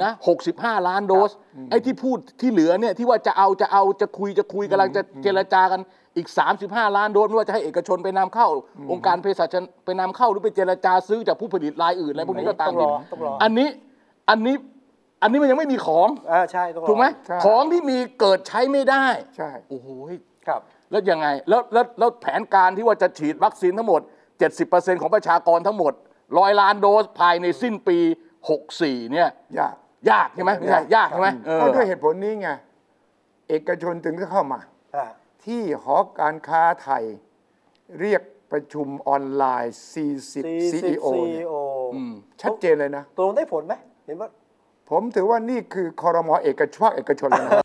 Speaker 3: นะ65 ล้านโดส ไอ้ที่พูดที่เหลือเนี่ยที่ว่าจะเอาจะเอาจะคุยจะคุยกำลังจะเจรจากันอีก 35 ล้านโดสไม่ว่าจะให้เอกชนไปนำเข้า องค์การเภสัชไปนำเข้าหรือไปเจรจาซื้อจากผู้ผลิตรายอื่นอะไรพวกนี้ก็ตาม
Speaker 1: ต้องรอต้องรออั
Speaker 3: อันนี้อันนี้อันนี้มันยังไม่มีของ
Speaker 1: อ่าใช่ต้องรอ
Speaker 3: ถูกไหม
Speaker 2: ใช่
Speaker 3: ของที่มีเกิดใช้ไม่ได้
Speaker 2: ใช่
Speaker 3: โอ้โห
Speaker 1: ครับ
Speaker 3: แล้วยังไงแล้วแล้วแล้วแผนการที่ว่าจะฉีดวัคซีนทั้งหมด 70%ของประชากรทั้งหมดร้อยล้านโดสภายในสิ้นปี 64 เนี่ย
Speaker 2: ยาก
Speaker 3: ยากใช่ไหมไม่ใช่ยากใช่ไหมเออ
Speaker 2: ก็ด้วยเหตุผลนี้ไง เอกชนถึงจะเข้ามา
Speaker 1: อ่า
Speaker 2: ที่หอการค้าไทยเรียกประชุมออนไลน์ 40 CEO เนี่ย
Speaker 1: โอ
Speaker 2: ชัดเจนเลยนะ
Speaker 1: ตกลงได้ผลไหมเห็นว่า
Speaker 2: ผมถือว่านี่คือคอรมอเอกชนเอกชนแล้ว
Speaker 3: (laughs)
Speaker 2: นะ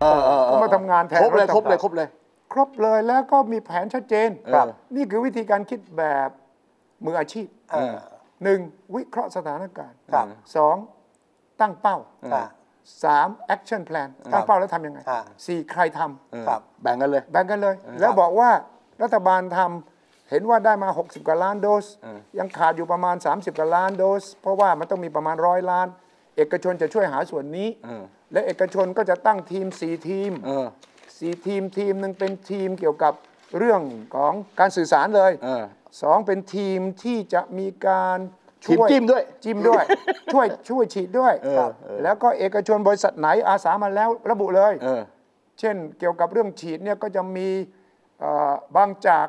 Speaker 3: เออเออเออ
Speaker 2: มาทำงานแทน
Speaker 3: ครบเลย
Speaker 2: ฐ
Speaker 3: ครบเลย
Speaker 2: า
Speaker 3: ครบเลย
Speaker 2: ครบเลยแล้วก็มีแผนชัดเจน
Speaker 3: ครับ
Speaker 2: นี่คือวิธีการคิดแบบมืออาชีพ
Speaker 1: เออ
Speaker 2: หนึ่งวิเคราะห์สถานการณ์
Speaker 1: ครับ
Speaker 2: สองตั้งเป้า
Speaker 1: อ่า
Speaker 2: สามแอคชั่นแพลนตั้งเป้าแล้วทำยังไง
Speaker 1: อ่า
Speaker 2: สี่ใครทำ
Speaker 3: เออ
Speaker 1: ครับ
Speaker 3: แบ่งกันเลย
Speaker 2: แบ่งกันเลย แล้วบอกว่ารัฐบาลทำเห็นว่าได้มา 60 กว่าล้านโดส
Speaker 3: เออ
Speaker 2: ยังขาดอยู่ประมาณ 30 กว่าล้านโดส เพราะว่ามันต้องมีประมาณร้อยล้าน เอกชนจะช่วยหาส่วนนี้
Speaker 3: เออ
Speaker 2: และเอกชนก็จะตั้งทีม 4 ทีม
Speaker 3: เออ
Speaker 2: สี่ทีมทีมหนึ่งเป็นทีมเกี่ยวกับเรื่องของการสื่อสารเลย
Speaker 3: เออ
Speaker 2: สองเป็นทีมที่จะมีการ
Speaker 3: ทีมจิ้มด้วย
Speaker 2: จิ้มด้วย
Speaker 3: (laughs)
Speaker 2: ช่วยช่วยฉีดด้วย
Speaker 3: เออ
Speaker 2: ครับ
Speaker 3: เออ
Speaker 2: แล้วก็เอกชนบริษัทไหนอาสามาแล้วระบุเลย
Speaker 3: เออ
Speaker 2: เช่นเกี่ยวกับเรื่องฉีดเนี่ยก็จะมีเอ่อบางจาก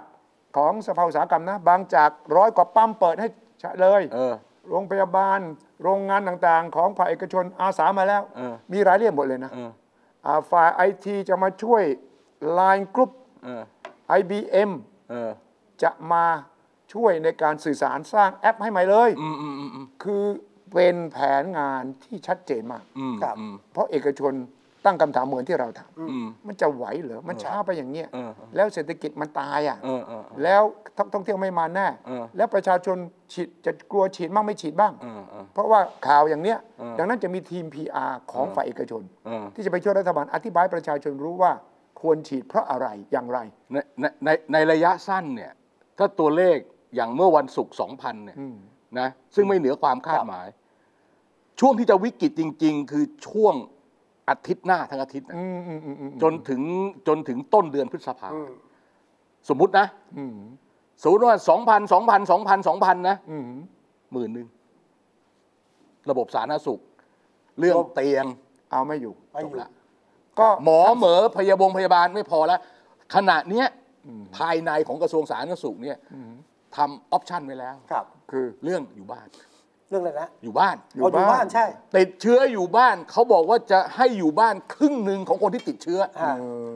Speaker 2: ของสภาอุตสาหกรรมนะ บางจากร้อยกว่าปั๊มเปิดให้ใช้เลย
Speaker 3: เออ
Speaker 2: โรงพยาบาล โรงงานต่างๆ ของภาคเอกชนอาสามาแล้ว
Speaker 3: เออ
Speaker 2: มีรายละเอียดหมดเลยนะ
Speaker 3: เออ
Speaker 2: อ่าฝ่ายไอทีจะมาช่วย Line Group
Speaker 3: เออ
Speaker 2: IBM
Speaker 3: เออ
Speaker 2: จะมาช่วยในการสื่อสารสร้างแอปให้ใหม่เลย
Speaker 3: อืมอืมอืมอืม
Speaker 2: คือเป็นแผนงานที่ชัดเจนมาก
Speaker 3: อืม
Speaker 1: ครับ
Speaker 3: อืม
Speaker 2: เพราะเอกชนตั้งคำถามเหมือนที่เราถาม
Speaker 3: อืม
Speaker 2: มันจะไหวเหรอ มันช้าไปอย่างเงี้ย
Speaker 3: เออเออ
Speaker 2: แล้วเศรษฐกิจมันตายอ่ะ
Speaker 3: เออเออเออ
Speaker 2: แล้วท่องเที่ยวไม่มาแน่
Speaker 3: เออ
Speaker 2: แล้วประชาชนฉีดจะกลัวฉีดบ้างไม่ฉีดบ้าง
Speaker 3: เออเออ
Speaker 2: เพราะว่าข่าวอย่างเนี้ย
Speaker 3: เออ
Speaker 2: ดังนั้นจะมีทีม PR ของ
Speaker 3: เออ
Speaker 2: ฝ่ายเอกชน
Speaker 3: เออ
Speaker 2: ที่จะไปช่วยรัฐบาลอธิบายประชาชนรู้ว่าควรฉีดเพราะอะไรอย่างไร
Speaker 3: ในในในในระยะสั้นเนี่ย ถ้าตัวเลขอย่างเมื่อวันศุกร์2,000 เนี่ย
Speaker 2: อืม
Speaker 3: นะ ซึ่งไม่เหนือความคาดหมาย ช่วงที่จะวิกฤตจริง ๆ คือช่วงอาทิตย์หน้าทั้งอาทิตย์นะ
Speaker 2: อืมอืมอืมอืม
Speaker 3: จนถึงจนถึงต้นเดือนพฤษภา
Speaker 1: อืม
Speaker 3: สมมตินะ
Speaker 2: อืม
Speaker 3: สมมติว่า 2,000 2,000 2,000 2,000 นะ
Speaker 2: อืม
Speaker 3: หมื่นหนึ่ง ระบบสาธารณสุข เรื่องเตียง
Speaker 2: เอาไม่อยู่
Speaker 1: ไม่อยู่
Speaker 3: จบละ
Speaker 2: ก็
Speaker 3: หมอเหมอพยาบงพยาบาลไม่พอแล้ว ขณะเนี้ยภายในของกระทรวงสาธารณสุขเนี่ยทำออปชันไว้แล้ว
Speaker 1: ครับ
Speaker 2: คือ
Speaker 3: เรื่องอยู่บ้าน
Speaker 1: เรื่องอะไรนะ
Speaker 3: อยู่บ้าน
Speaker 2: อ
Speaker 1: อยู่ ยู่บ้า
Speaker 2: บ้าน น
Speaker 1: ใช่
Speaker 3: ติดเชื้ออยู่บ้าน เขาบอกว่าจะให้อยู่บ้านครึ่งหนึ่งของคนที่ติดเชื้ออ
Speaker 1: อ่า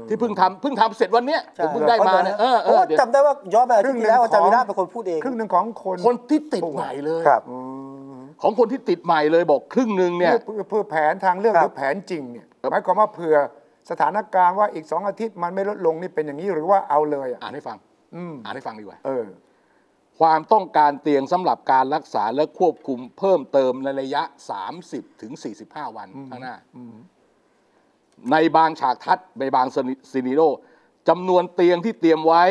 Speaker 3: ที่เพิ่งทำเพิ่งทำเสร็จวันเนี้ยผมเพิ่งได้มาเนี่ยเออเอ
Speaker 1: โอ้
Speaker 3: อเดี๋ยว
Speaker 1: จำได้ว่าย้อนไปอาทิตย์ที่แล้วอาจารย์วิราชเป็นคนพูดเอง
Speaker 2: ครึ่งหนึ่งของคน
Speaker 3: คนที่ติดใหม่เลย
Speaker 1: ครับ
Speaker 3: ของคนที่ติดใหม่เลยบอกครึ่งหนึ่งเนี่ย
Speaker 2: เพื่อเพื่อแผนทางเลือก
Speaker 1: ครั
Speaker 2: ห
Speaker 1: บ
Speaker 2: รือแผนจริงเนี่ยหมายความว่าเผื่อสถานการณ์ว่าอีกสองอาทิตย์มันไม่ลดลงนี่เป็นอย่างนี้หรือว่าเอาเลยอ่ะ
Speaker 3: อ่านให้ฟัง
Speaker 2: อืม
Speaker 3: อ่านให้ฟังดีกว่า
Speaker 2: เออ
Speaker 3: ความต้องการเตียงสำหรับการรักษาและควบคุมเพิ่มเติมในระยะ 30 ถึง 45 วันข้างหน้า ในบางฉากทัศน์ในบางซีนิโรจำนวนเตียงที่เตรียมไว้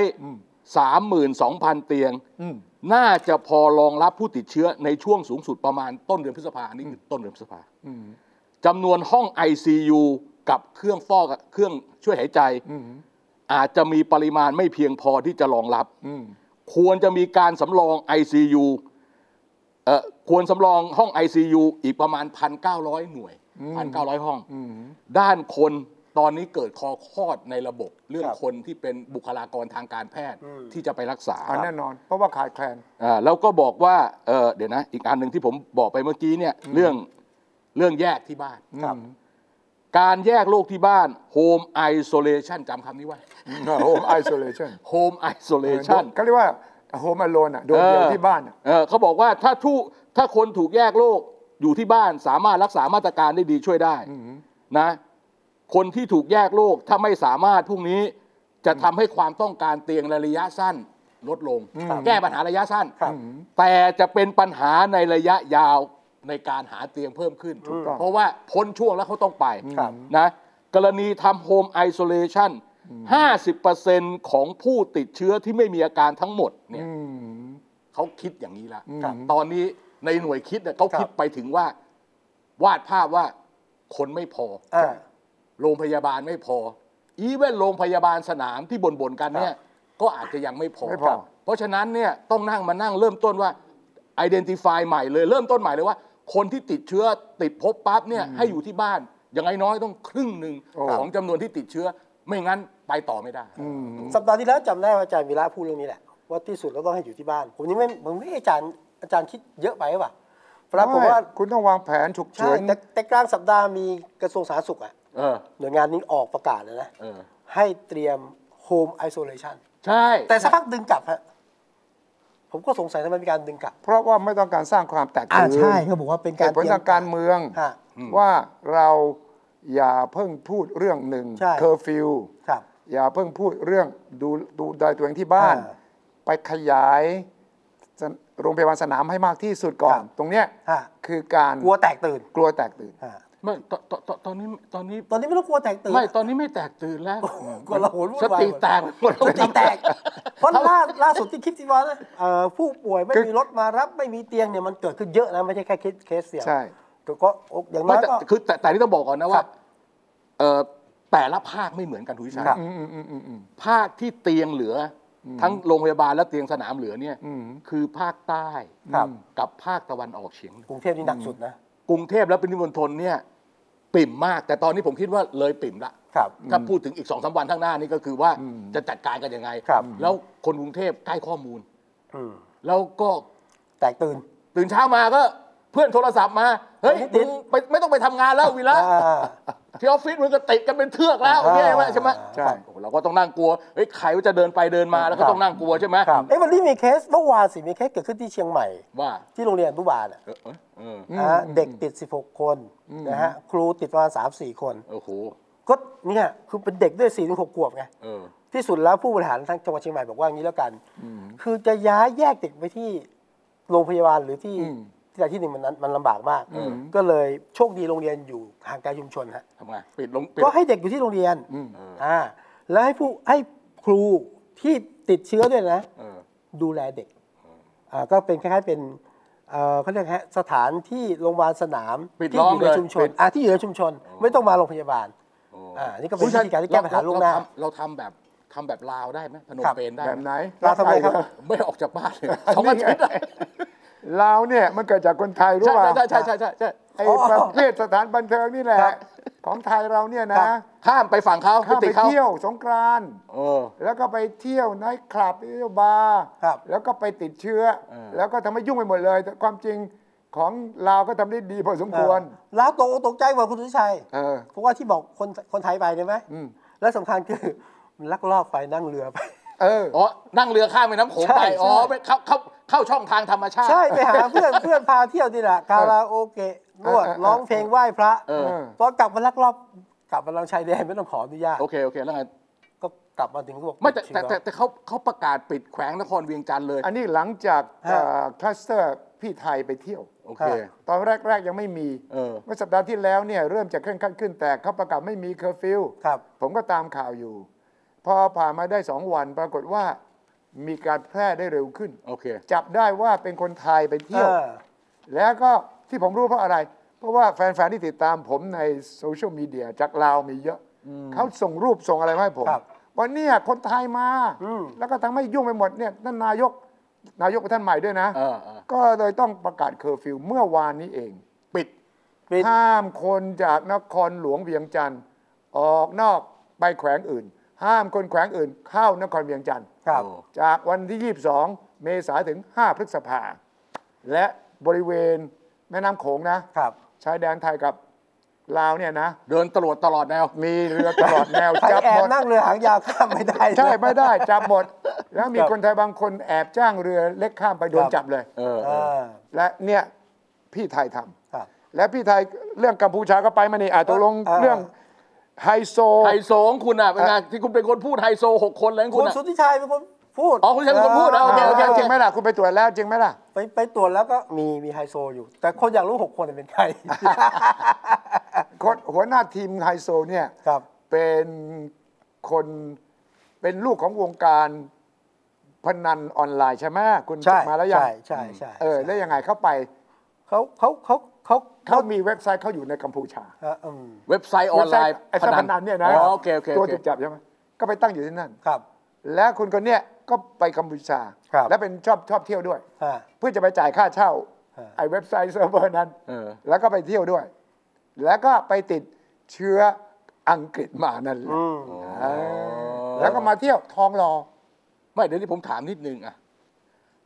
Speaker 3: 32,000 เตียง
Speaker 2: อืม
Speaker 3: น่าจะพอรองรับผู้ติดเชื้อในช่วงสูงสุดประมาณต้นเดือนพฤษภาอันนี้คือต้นเดือนพฤษภาจำนวนห้อง ICU กับเครื่องฟอกเครื่องช่วยหายใจ อาจจะมีปริมาณไม่เพียงพอที่จะรองรับ
Speaker 2: อืม
Speaker 3: ควรจะมีการสำรอง ICU เอ่อควรสำรองห้อง ICU อีกประมาณ 1,900 หน่วย 1,900 ห้อง ด้านคนตอนนี้เกิดคอคลอดในระบบ เรื่อง
Speaker 1: ครับ
Speaker 3: คนที่เป็นบุคลากรทางการแพทย์ที่จะไปรักษา
Speaker 2: อ่าแน่นอน เพราะว่าขาดแคลน
Speaker 3: อ่าแล้วก็บอกว่าเอ่อเดี๋ยวนะ อีกอันหนึ่งที่ผมบอกไปเมื่อกี้เนี่ยเรื่องเรื่องแยกที่บ้าน
Speaker 1: ครับ
Speaker 3: การแยกโรคที่บ้าน Home Isolation จำคำนี้ไว้
Speaker 2: home
Speaker 3: (laughs)
Speaker 2: isolation
Speaker 3: Home
Speaker 2: เออ
Speaker 3: Isolation
Speaker 2: เขาเรียกว่า home alone อ่ะโดดเดี่ยวที่บ้านอ่ะ
Speaker 3: เออเขาบอกว่าถ้าทุถ้าคนถูกแยกโรคอยู่ที่บ้านสามารถรักษามาตรการได้ดีช่วยได้นะ คนที่ถูกแยกโรคถ้าไม่สามารถพวกนี้จะทำให้ความต้องการเตียงในระยะสั้นลดลง แก้ปัญหาระยะสั้น
Speaker 1: ครับ
Speaker 3: แต่จะเป็นปัญหาในระยะยาวในการหาเตียงเพิ่มขึ้น เพราะว่าพ้นช่วงแล้วเขาต้องไป
Speaker 1: ครับ
Speaker 3: นะกรณีทำโฮมไอโซเลชัน50%ของผู้ติดเชื้อที่ไม่มีอาการทั้งหมดเนี่ย
Speaker 2: อืม
Speaker 3: เขาคิดอย่างนี้ละ
Speaker 1: ครับ
Speaker 3: ตอนนี้ในหน่วยคิดเนี่ย
Speaker 1: ค
Speaker 3: เขา
Speaker 1: รับ
Speaker 3: คิดไปถึงว่า วาดภาพว่าคนไม่พอ
Speaker 1: อ่า
Speaker 3: โรงพยาบาลไม่พอ อีเวนโรงพยาบาลสนามที่บ่นๆกันเนี่ย ก็อาจจะยังไม่พอ
Speaker 2: ไม่พอ
Speaker 3: เพราะฉะนั้นเนี่ยต้องนั่งมานั่งเริ่มต้นว่า identify ใหม่เลย เริ่มต้นใหม่เลยว่า คนที่ติดเชื้อติดพบปั๊บเนี่ยให้อยู่ที่บ้าน อย่างน้อยๆต้องครึ่งหนึ่งของจำนวนที่ติดเชื้อ ไม่งั้นไปต่อไม่ได้
Speaker 1: สัปดาห์ที่แล้วจำได้ว่าอาจารย์วีระพูดเรื่องนี้แหละว่าที่สุดเราต้องให้อยู่ที่บ้าน ผมนี่ไม่ผมไม่อาจารย์อาจารย์คิดเยอะไปหรือเปล่า ปรากฏว่า
Speaker 2: ไม่คุณต้องวางแผนฉุก
Speaker 1: ใช่
Speaker 2: เฉิน
Speaker 1: แต่แต่กลางสัปดาห์มีกระทรวงสาธารณสุขอ่ะ
Speaker 3: เออ
Speaker 1: หน่วยงานนี้ออกประกาศแล้วนะ
Speaker 3: เออ
Speaker 1: ให้เตรียมโฮมไอโซเลชัน
Speaker 3: ใช่
Speaker 1: แต่สักพักดึงกลับฮะผมก็สงสัยทำไมมีการดึงกลับ
Speaker 2: เพราะว่าไม่ต้องการสร้างความแตก
Speaker 1: อ่า
Speaker 2: ตื่น
Speaker 1: ใช่เขาบอกว่าเป็น
Speaker 2: เห
Speaker 1: การ
Speaker 2: ตุผลทางการเมือง
Speaker 1: ฮะ
Speaker 2: ว่าเราอย่าเพิ่งพูดเรื่องหนึ่ง
Speaker 1: ใช่
Speaker 2: เคอร์ฟิว
Speaker 1: ครับ
Speaker 2: อย่าเพิ่งพูดเรื่องดูดูแลตัวเองที่บ้าน
Speaker 1: อ่า
Speaker 2: ไปขยายสนโรงพยาบาลสนามให้มากที่สุดก่อ
Speaker 1: ค
Speaker 2: น
Speaker 1: รับ
Speaker 2: ตรงเนี้ย
Speaker 1: ฮะ
Speaker 2: คือการ
Speaker 1: กลัวแตกตื่น
Speaker 2: กลัวแตกตื่น
Speaker 1: ฮะ
Speaker 3: ไม่ตตตตอนนี้ตอนนี้
Speaker 1: ตอนนี้ไม่ต้องกลัวแตกตื่น
Speaker 3: ไม่ตอนนี้ไม่แตกตื่นแล้ว
Speaker 1: กลัวเราโหนวุ่น
Speaker 3: ส
Speaker 1: วาย
Speaker 3: ติแตกหมด
Speaker 1: สติแตก เพราะล่าล่าสุดที่คลิปที่ว่านะเอ่อผู้ป่วยไม่มีรถมารับไม่มีเตียงเนี่ยมันเกิดขึ้นเยอะนะไม่ใช่แค่เคสเคสเดียว
Speaker 2: ใช่
Speaker 1: แต่ก็อย่างน้
Speaker 3: ไม่
Speaker 1: อย
Speaker 3: แต่
Speaker 1: ก็
Speaker 3: คือแต่แต่ที่ต้องบอกก่อนนะ
Speaker 1: ครั
Speaker 3: ว่า
Speaker 1: บ
Speaker 3: เอ่อแต่ละภาคไม่เหมือนกันทุกชัย
Speaker 1: ครับ
Speaker 2: อืมอืมอืมอืมอืม
Speaker 3: ภาคที่เตียงเหลืออทั้งโรงพยาบาลและเตียงสนามเหลือเนี่ย
Speaker 2: อืม
Speaker 3: คือภาคใต้
Speaker 1: ครับ
Speaker 3: กับภาคตะวันออกเฉียงเหนือก
Speaker 1: รุงเทพนี่หนักสุดนะ
Speaker 3: กรุงเทพและปริมณฑลเนี่ยปิ่มมาก แต่ตอนนี้ผมคิดว่าเลยปิ่มละ
Speaker 1: ครับ
Speaker 3: ถ้าพูดถึงอีกสองสาวันข้างหน้านี่ก็คือว่าจะจัดการกันยังไง
Speaker 1: ครับ
Speaker 3: แล้วคนกรุงเทพใกล้ข้อมูล
Speaker 1: อืม
Speaker 3: แล้วก็
Speaker 1: แตกตื่น
Speaker 3: ตื่นเช้ามาก็เพื่อนโทรศัพท์มา เฮ้ย
Speaker 1: ติด
Speaker 3: มึงไปไม่ต้องไปทำงานแล้ววีระ
Speaker 1: อ่า
Speaker 3: ที่ออฟฟิศมึงก็ติดกันเป็นเทือกแล้วเนี่ยใช่ไหมใช่ไหม
Speaker 1: ใช่
Speaker 3: โอ้โหเราก็ต้องนั่งกลัวเฮ้ยใครว่าจะเดินไปเดินมาแล้วก็ต้องนั่งกลัวใช่ไหม
Speaker 1: ครับเอ้ยวันนี้มีเคสเมื่อวานสิมีเคสเกิดขึ้นที่เชียงใหม่
Speaker 3: ว่า
Speaker 1: ที่โรงเรียนอนุบาลอะ
Speaker 3: เออเออเออ
Speaker 1: นะฮะเด็กติด 16 คนนะฮะครูติดประมาณ3 4 คน
Speaker 3: โอ้โห
Speaker 1: ก็เนี่ยคือเป็นเด็กด้วย4ถึง6ขวบไง
Speaker 3: เออ
Speaker 1: ที่สุดแล้วผู้บริหารทางจังหวัดเชียงใหม่บอกว่าอย่างนี้แล้วกัน คือจะย้ายแยกเด็กไปที่โรงพยาบาลหรือที่ที่ใดที่หนึ่งมันนั้นมันลำบากมาก
Speaker 3: อืม
Speaker 1: ก็เลยโชคดีโรงเรียนอยู่ห่างไกลชุมชนฮะ
Speaker 3: ทำไงปิดลงปิด
Speaker 1: ก็ให้เด็กอยู่ที่โรงเรียน
Speaker 2: อืม
Speaker 1: อ่าแล้วให้ผู้ให้ครูที่ติดเชื้อด้วยนะ
Speaker 3: เออ
Speaker 1: ดูแลเด็กอ่าก็เป็นคล้ายๆเป็นเอ่อเขาเรียกฮะสถานที่โรงพยาบาลสนาม
Speaker 3: ปิด
Speaker 1: ที่
Speaker 3: ล้อ
Speaker 1: อ
Speaker 3: ม
Speaker 1: ยู่ใน
Speaker 3: เลย
Speaker 1: ชุมช
Speaker 3: ปิ
Speaker 1: น
Speaker 3: ด
Speaker 1: อ่าที่อยู่ในชุมชน ไม่ต้องมาโรงพยาบาล
Speaker 3: โอ้
Speaker 1: อ่านี่ก็เป็นวิธีการที่แก้ปัญหาล่วงหน้า
Speaker 3: เรทำเราทำแบบทำแบบลาวได้ไหมพนม
Speaker 1: ครับ
Speaker 3: เปญได้
Speaker 2: แบ
Speaker 3: ไหม
Speaker 2: บไหน
Speaker 1: ลาวทำไมครับ
Speaker 3: ไม่ออกจากบ้านเลยสองอาทิตย์เลย
Speaker 2: เราวเนี่ยมันเกิดจากคนไทยรู้
Speaker 3: ใช่
Speaker 2: ป่ะ
Speaker 3: ใช่ใช่ใช่ใช่ใช่
Speaker 2: ไอ้
Speaker 1: อ๋อ
Speaker 2: ประเภทสถานบันเทิงนี่แหละ
Speaker 1: ครับ
Speaker 2: ของไทยเราเนี่ย
Speaker 1: ครับ
Speaker 2: นะ
Speaker 3: ข้ามไปฝั่งเขา
Speaker 2: ข้าม
Speaker 3: ติ
Speaker 2: ไป
Speaker 3: ดเขา
Speaker 2: เที่ยวสงกรานต์
Speaker 3: เออ
Speaker 2: แล้วก็ไปเที่ยวไนท์คลับไปเที่ยวบาร์
Speaker 1: ครับ
Speaker 2: แล้วก็ไปติดเชื้อ
Speaker 3: เออ
Speaker 2: แล้วก็ทำให้ยุ่งไปหมดเลย แต่ความจริงของลาวก็ทำได้ดีพอสมควร
Speaker 1: อ่าลาวตกอกตกใจกว่าคุณสุทธิชัย
Speaker 2: เออ
Speaker 1: เพราะว่าที่บอกคนคนไทยไปใช่ยไหมและสำคัญคือมันลักลอบไปนั่งเรือไป
Speaker 2: เออ
Speaker 3: อ๋อนั่งเรือข้ามแม่น้ำโขง
Speaker 1: ใช่
Speaker 3: ไปอ๋อ
Speaker 1: ใช่
Speaker 3: ไปเข้าเข้าเข้าช่องทางธรรมชาติ
Speaker 1: ใช่ ไปหาเพื่อน เพื่อนพาเที่ยวนี่แหละคาราโอเกะนวด
Speaker 2: เออเออ
Speaker 1: ร้องเพลงไหว้พระ
Speaker 3: เออ
Speaker 1: ตอนกลับมาลักลอบกลับมาลังชายแดนไม่ต้องขออนุญาต
Speaker 3: โอเคโอเคแล้วไง
Speaker 1: ก็กลับมาถึงก็บอก
Speaker 3: ไม่แต่
Speaker 1: ชิ
Speaker 3: แต่
Speaker 1: วๆ
Speaker 3: แต่แต่เขาเขาประกาศปิดแขวงนครเวียงจันทร์เลย
Speaker 2: อันนี้หลังจาก
Speaker 1: ฮะ
Speaker 2: เอ่อคลัสเตอร์พี่ไทยไปเที่ยว
Speaker 3: โอเค
Speaker 1: ค่ะ
Speaker 2: ตอนแรก ๆ ยังไม่มี
Speaker 3: เออ
Speaker 2: เมื่อสัปดาห์ที่แล้วเนี่ยเริ่มจะเคร่งครัดขึ้นแต่เขาประกาศไม่มีเคอร์ฟิว
Speaker 1: ครับ
Speaker 2: ผมก็ตามข่าวอยู่ พอผ่านมาได้สองวันปรากฏว่ามีการแพร่ได้เร็วขึ้น
Speaker 3: โอเค
Speaker 2: จับได้ว่าเป็นคนไทยไปเที่ยว
Speaker 1: เออ
Speaker 2: แล้วก็ที่ผมรู้เพราะอะไร เพราะว่าแฟน ๆ ที่ติดตามผมในโซเชียลมีเดียจากลาวมีเยอะ เขาส่งรูปส่งอะไรมาให้ผม
Speaker 1: ครับ
Speaker 2: ว่าเนี่ยคนไทยมา
Speaker 1: อืม
Speaker 2: แล้วก็ทั้งไม่ยุ่งไปหมดเนี่ยท่านนายกนายกเป็นท่านใหม่ด้วยนะ
Speaker 3: เออเออ
Speaker 2: ก็เลยต้องประกาศเคอร์ฟิวเมื่อวานนี้เอง
Speaker 3: ปิด
Speaker 1: ปิด
Speaker 2: ห้ามคนจากนครหลวงเวียงจันทร์ออกนอกไปแขวงอื่น ห้ามคนแขวงอื่นเข้านครเวียงจันทร์
Speaker 1: ครับ
Speaker 3: โอ้
Speaker 2: จากวันที่ 22 เมษายนถึง 5 พฤษภา และบริเวณแม่น้ำโขงนะ
Speaker 1: ครับ
Speaker 2: ชายแดนไทยกับลาวเนี่ยนะ
Speaker 3: เดินตรวจตลอดแนว
Speaker 2: มีเรือตลอดแนว
Speaker 1: (laughs) ใคร
Speaker 2: จับ
Speaker 1: แอ
Speaker 2: ห
Speaker 1: บ
Speaker 2: มด
Speaker 1: นั่งเรือหางยาวข้ามไม่ได้นะ
Speaker 2: ใช่ไม่
Speaker 1: (laughs)
Speaker 2: ได้จับหมด แล้วมี
Speaker 1: ครับ
Speaker 2: คนไทยบางคนแอบจ้างเรือเล็กข้ามไปโดน
Speaker 1: ครับ
Speaker 2: จับเลย
Speaker 3: เออ
Speaker 1: เอ
Speaker 3: เออ
Speaker 1: อ
Speaker 2: และเนี่ยพี่ไทยทำ
Speaker 1: ครับ
Speaker 2: และพี่ไทยเรื่องกัมพูชาก็ไปมานี่อ่ะตกลง
Speaker 1: เออ
Speaker 2: เรื่องไฮโซ
Speaker 3: ไฮโซของคุณอ่ะเป็นไงที่คุณเป็นคนพูดไฮโซหกคนแล้ว
Speaker 1: คุ
Speaker 3: คุณ
Speaker 1: ณ
Speaker 3: อ่ะ
Speaker 1: สุทธิชัยเป็นคนพูด
Speaker 3: อ๋อคุณสุทธิชัยเป็นคนพูดนะโอเคโอเคโอ
Speaker 2: จ
Speaker 3: เค
Speaker 2: ริงไหมล่ะ คุณไปตรวจแล้วจริงไหมล่ะ
Speaker 1: ไปไปตรวจแล้วก็มีมีไฮโซอยู่ แต่คนอยากรู้หกคนเป็นใคร
Speaker 2: คนหัวหน้าทีมไฮโซเนี่ย
Speaker 1: ครับ
Speaker 2: เป็นคนเป็นลูกของวงการพนันออนไลน์ใช่ไหมคุณ
Speaker 1: ใช่
Speaker 2: มาแล้วยัง
Speaker 1: ใช่ใช่ใช่
Speaker 2: เออแล้วยังไงเข้าไป
Speaker 1: เขาเขาเขาเขา
Speaker 2: เขามีเว็บไซต์เขาอยู่ในกัมพูชา
Speaker 1: เอ่ออืม
Speaker 3: เว็บไซต์ออนไลน์
Speaker 2: เว็บซต์ไอ้พนันเนี่ยนะ
Speaker 3: อ๋อโอเคโอเค
Speaker 2: ตัว
Speaker 3: โอเค
Speaker 2: ถูกจับใช่ไหมก็ไปตั้งอยู่ที่นั่น
Speaker 1: ครับ
Speaker 2: แล้วคุณคนเนี้ยก็ไปกัมพูชา
Speaker 1: ครับ
Speaker 2: และเป็นชอบชอบเที่ยวด้วย
Speaker 1: อ่า
Speaker 2: เพื่อจะไปจ่ายค่าเช่า
Speaker 1: ฮะ
Speaker 2: ไอ้เว็บไซต์เซิร์ฟเวอร์นั้น
Speaker 3: เออ
Speaker 2: แล้วก็ไปเที่ยวด้วย แล้วก็ไปติดเชื้ออังกฤษมานั่นแหละ
Speaker 1: อืม
Speaker 2: เออแล้วก็มาเที่ยวทองหล่อ
Speaker 3: ไม่เดี๋ยวนี้ผมถามนิดนึงอะ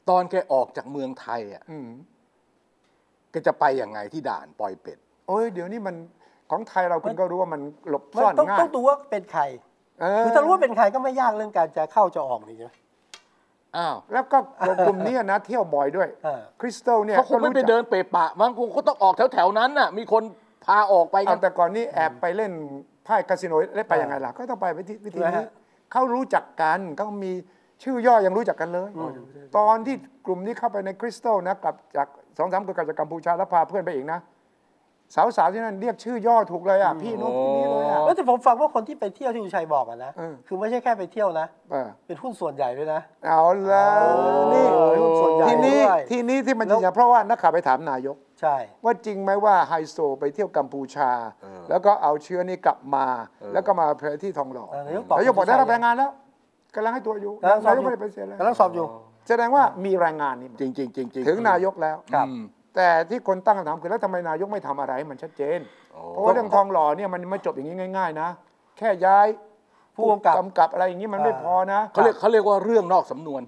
Speaker 3: ตอนแกออกจากเมืองไทยอะ
Speaker 2: อืม
Speaker 3: แกจะไปยังไงที่ด่านปล่อยเป็ด
Speaker 2: โอ้ยเดี๋ยวนี้มันของไทยเราคุณก็รู้ว่ามันหลบ
Speaker 1: มัน
Speaker 2: ซ่อน
Speaker 1: ต้อง
Speaker 2: ง่า
Speaker 1: ต้อย งดูว่าเป็นใคร
Speaker 2: เออ
Speaker 1: คือถ้ารู้ว่าเป็นใครก็ไม่ยากเรื่องการจะเข้าจะออกนี่ใช่ไหม
Speaker 3: อ้าว
Speaker 2: แล้วก็กลุ่มเนี้ยนะ เที่ยวบ่อยด้วย
Speaker 1: เออ
Speaker 2: คริสตัลเนี่ย
Speaker 3: เขาคงไม่
Speaker 2: ก็
Speaker 3: ไป
Speaker 2: รู้จัก
Speaker 3: เดินเปะปะมั้งคงเขาต้องออกแถวแถวๆนั้นน่ะ มีคนพาออกไปกั
Speaker 2: เอา
Speaker 3: น
Speaker 2: แต่ก่อนนี้แอบไปเล่นไพ่คาสิโนเล่นไปยังไงล่ะ ก็ต้องไปวิธีวิธี
Speaker 1: นะ
Speaker 2: นี้
Speaker 1: ฮะ
Speaker 2: เขารู้จักกันเขามีชื่อย่อยังรู้จักกันเลย ตอนที่กลุ่มนี้เข้าไปในคริสตัลนะกลับจากสองสามคนกลับจากกัมพูชาแล้วพาเพื่อนไปอีกนะ สาวๆที่นั่นเรียกชื่อย่อถูกเลยอ่ะพี่นู้นพี่นี่เลยอ่ะ
Speaker 3: อ๋อ
Speaker 1: แล้วแต่ผมฟังว่าคนที่ไปเที่ยวที่คุณชัยบอกอะนะ
Speaker 2: เออ
Speaker 1: คือไม่ใช่แค่ไปเที่ยวนะ
Speaker 2: เออ
Speaker 1: เป็นหุ้นส่วนใหญ่ด้วยนะ
Speaker 2: เอาละนี่
Speaker 1: เออหุ้นส่วนใหญ่
Speaker 2: ทีนี้
Speaker 1: ด้วย
Speaker 2: ทีนี้ที่มันจริงๆเพราะว่านักข่าวไปถามนายก
Speaker 1: ใช่
Speaker 2: ว่าจริงไหมว่าไฮโซไปเที่ยวกัมพูชา
Speaker 3: เออ
Speaker 2: แล้วก็เอาเชื้อนี้กลับมา
Speaker 3: เออ
Speaker 2: แล้วก็มาเพลที่ทองหล่อ
Speaker 1: เออนายกตอบ
Speaker 2: นายกบอก
Speaker 1: ไม่ใช่
Speaker 2: ได้รับรายงานแล้วกำลังให้ตัวอยู่
Speaker 1: กำลังสอบอ
Speaker 2: นา
Speaker 1: ยยู่
Speaker 2: กไม่ได้ไปฏิเสียแล้ว
Speaker 1: กำลังสอบอยู่
Speaker 2: แสดงว่ามีรายงานนี่
Speaker 3: จริงจริงจริงจริง
Speaker 2: ถึงนายกแล้ว
Speaker 1: ครับ
Speaker 3: อืม
Speaker 2: แต่ที่คนตั้งคำถามคือแล้วทำไมนายกไม่ทำอะไรให้มันชัดเจน
Speaker 3: โอ้
Speaker 2: เพราะว่าเรื่องทองหล่อเนี่ยมันไม่จบอย่างนี้ง่าย ๆ นะ แค่ย้าย
Speaker 1: ผู้กำกับ
Speaker 2: อะไรอย่างนี้มันไม่พอนะ
Speaker 3: เขาเรียกเขาเรียกว่าเรื่องนอกสำนวน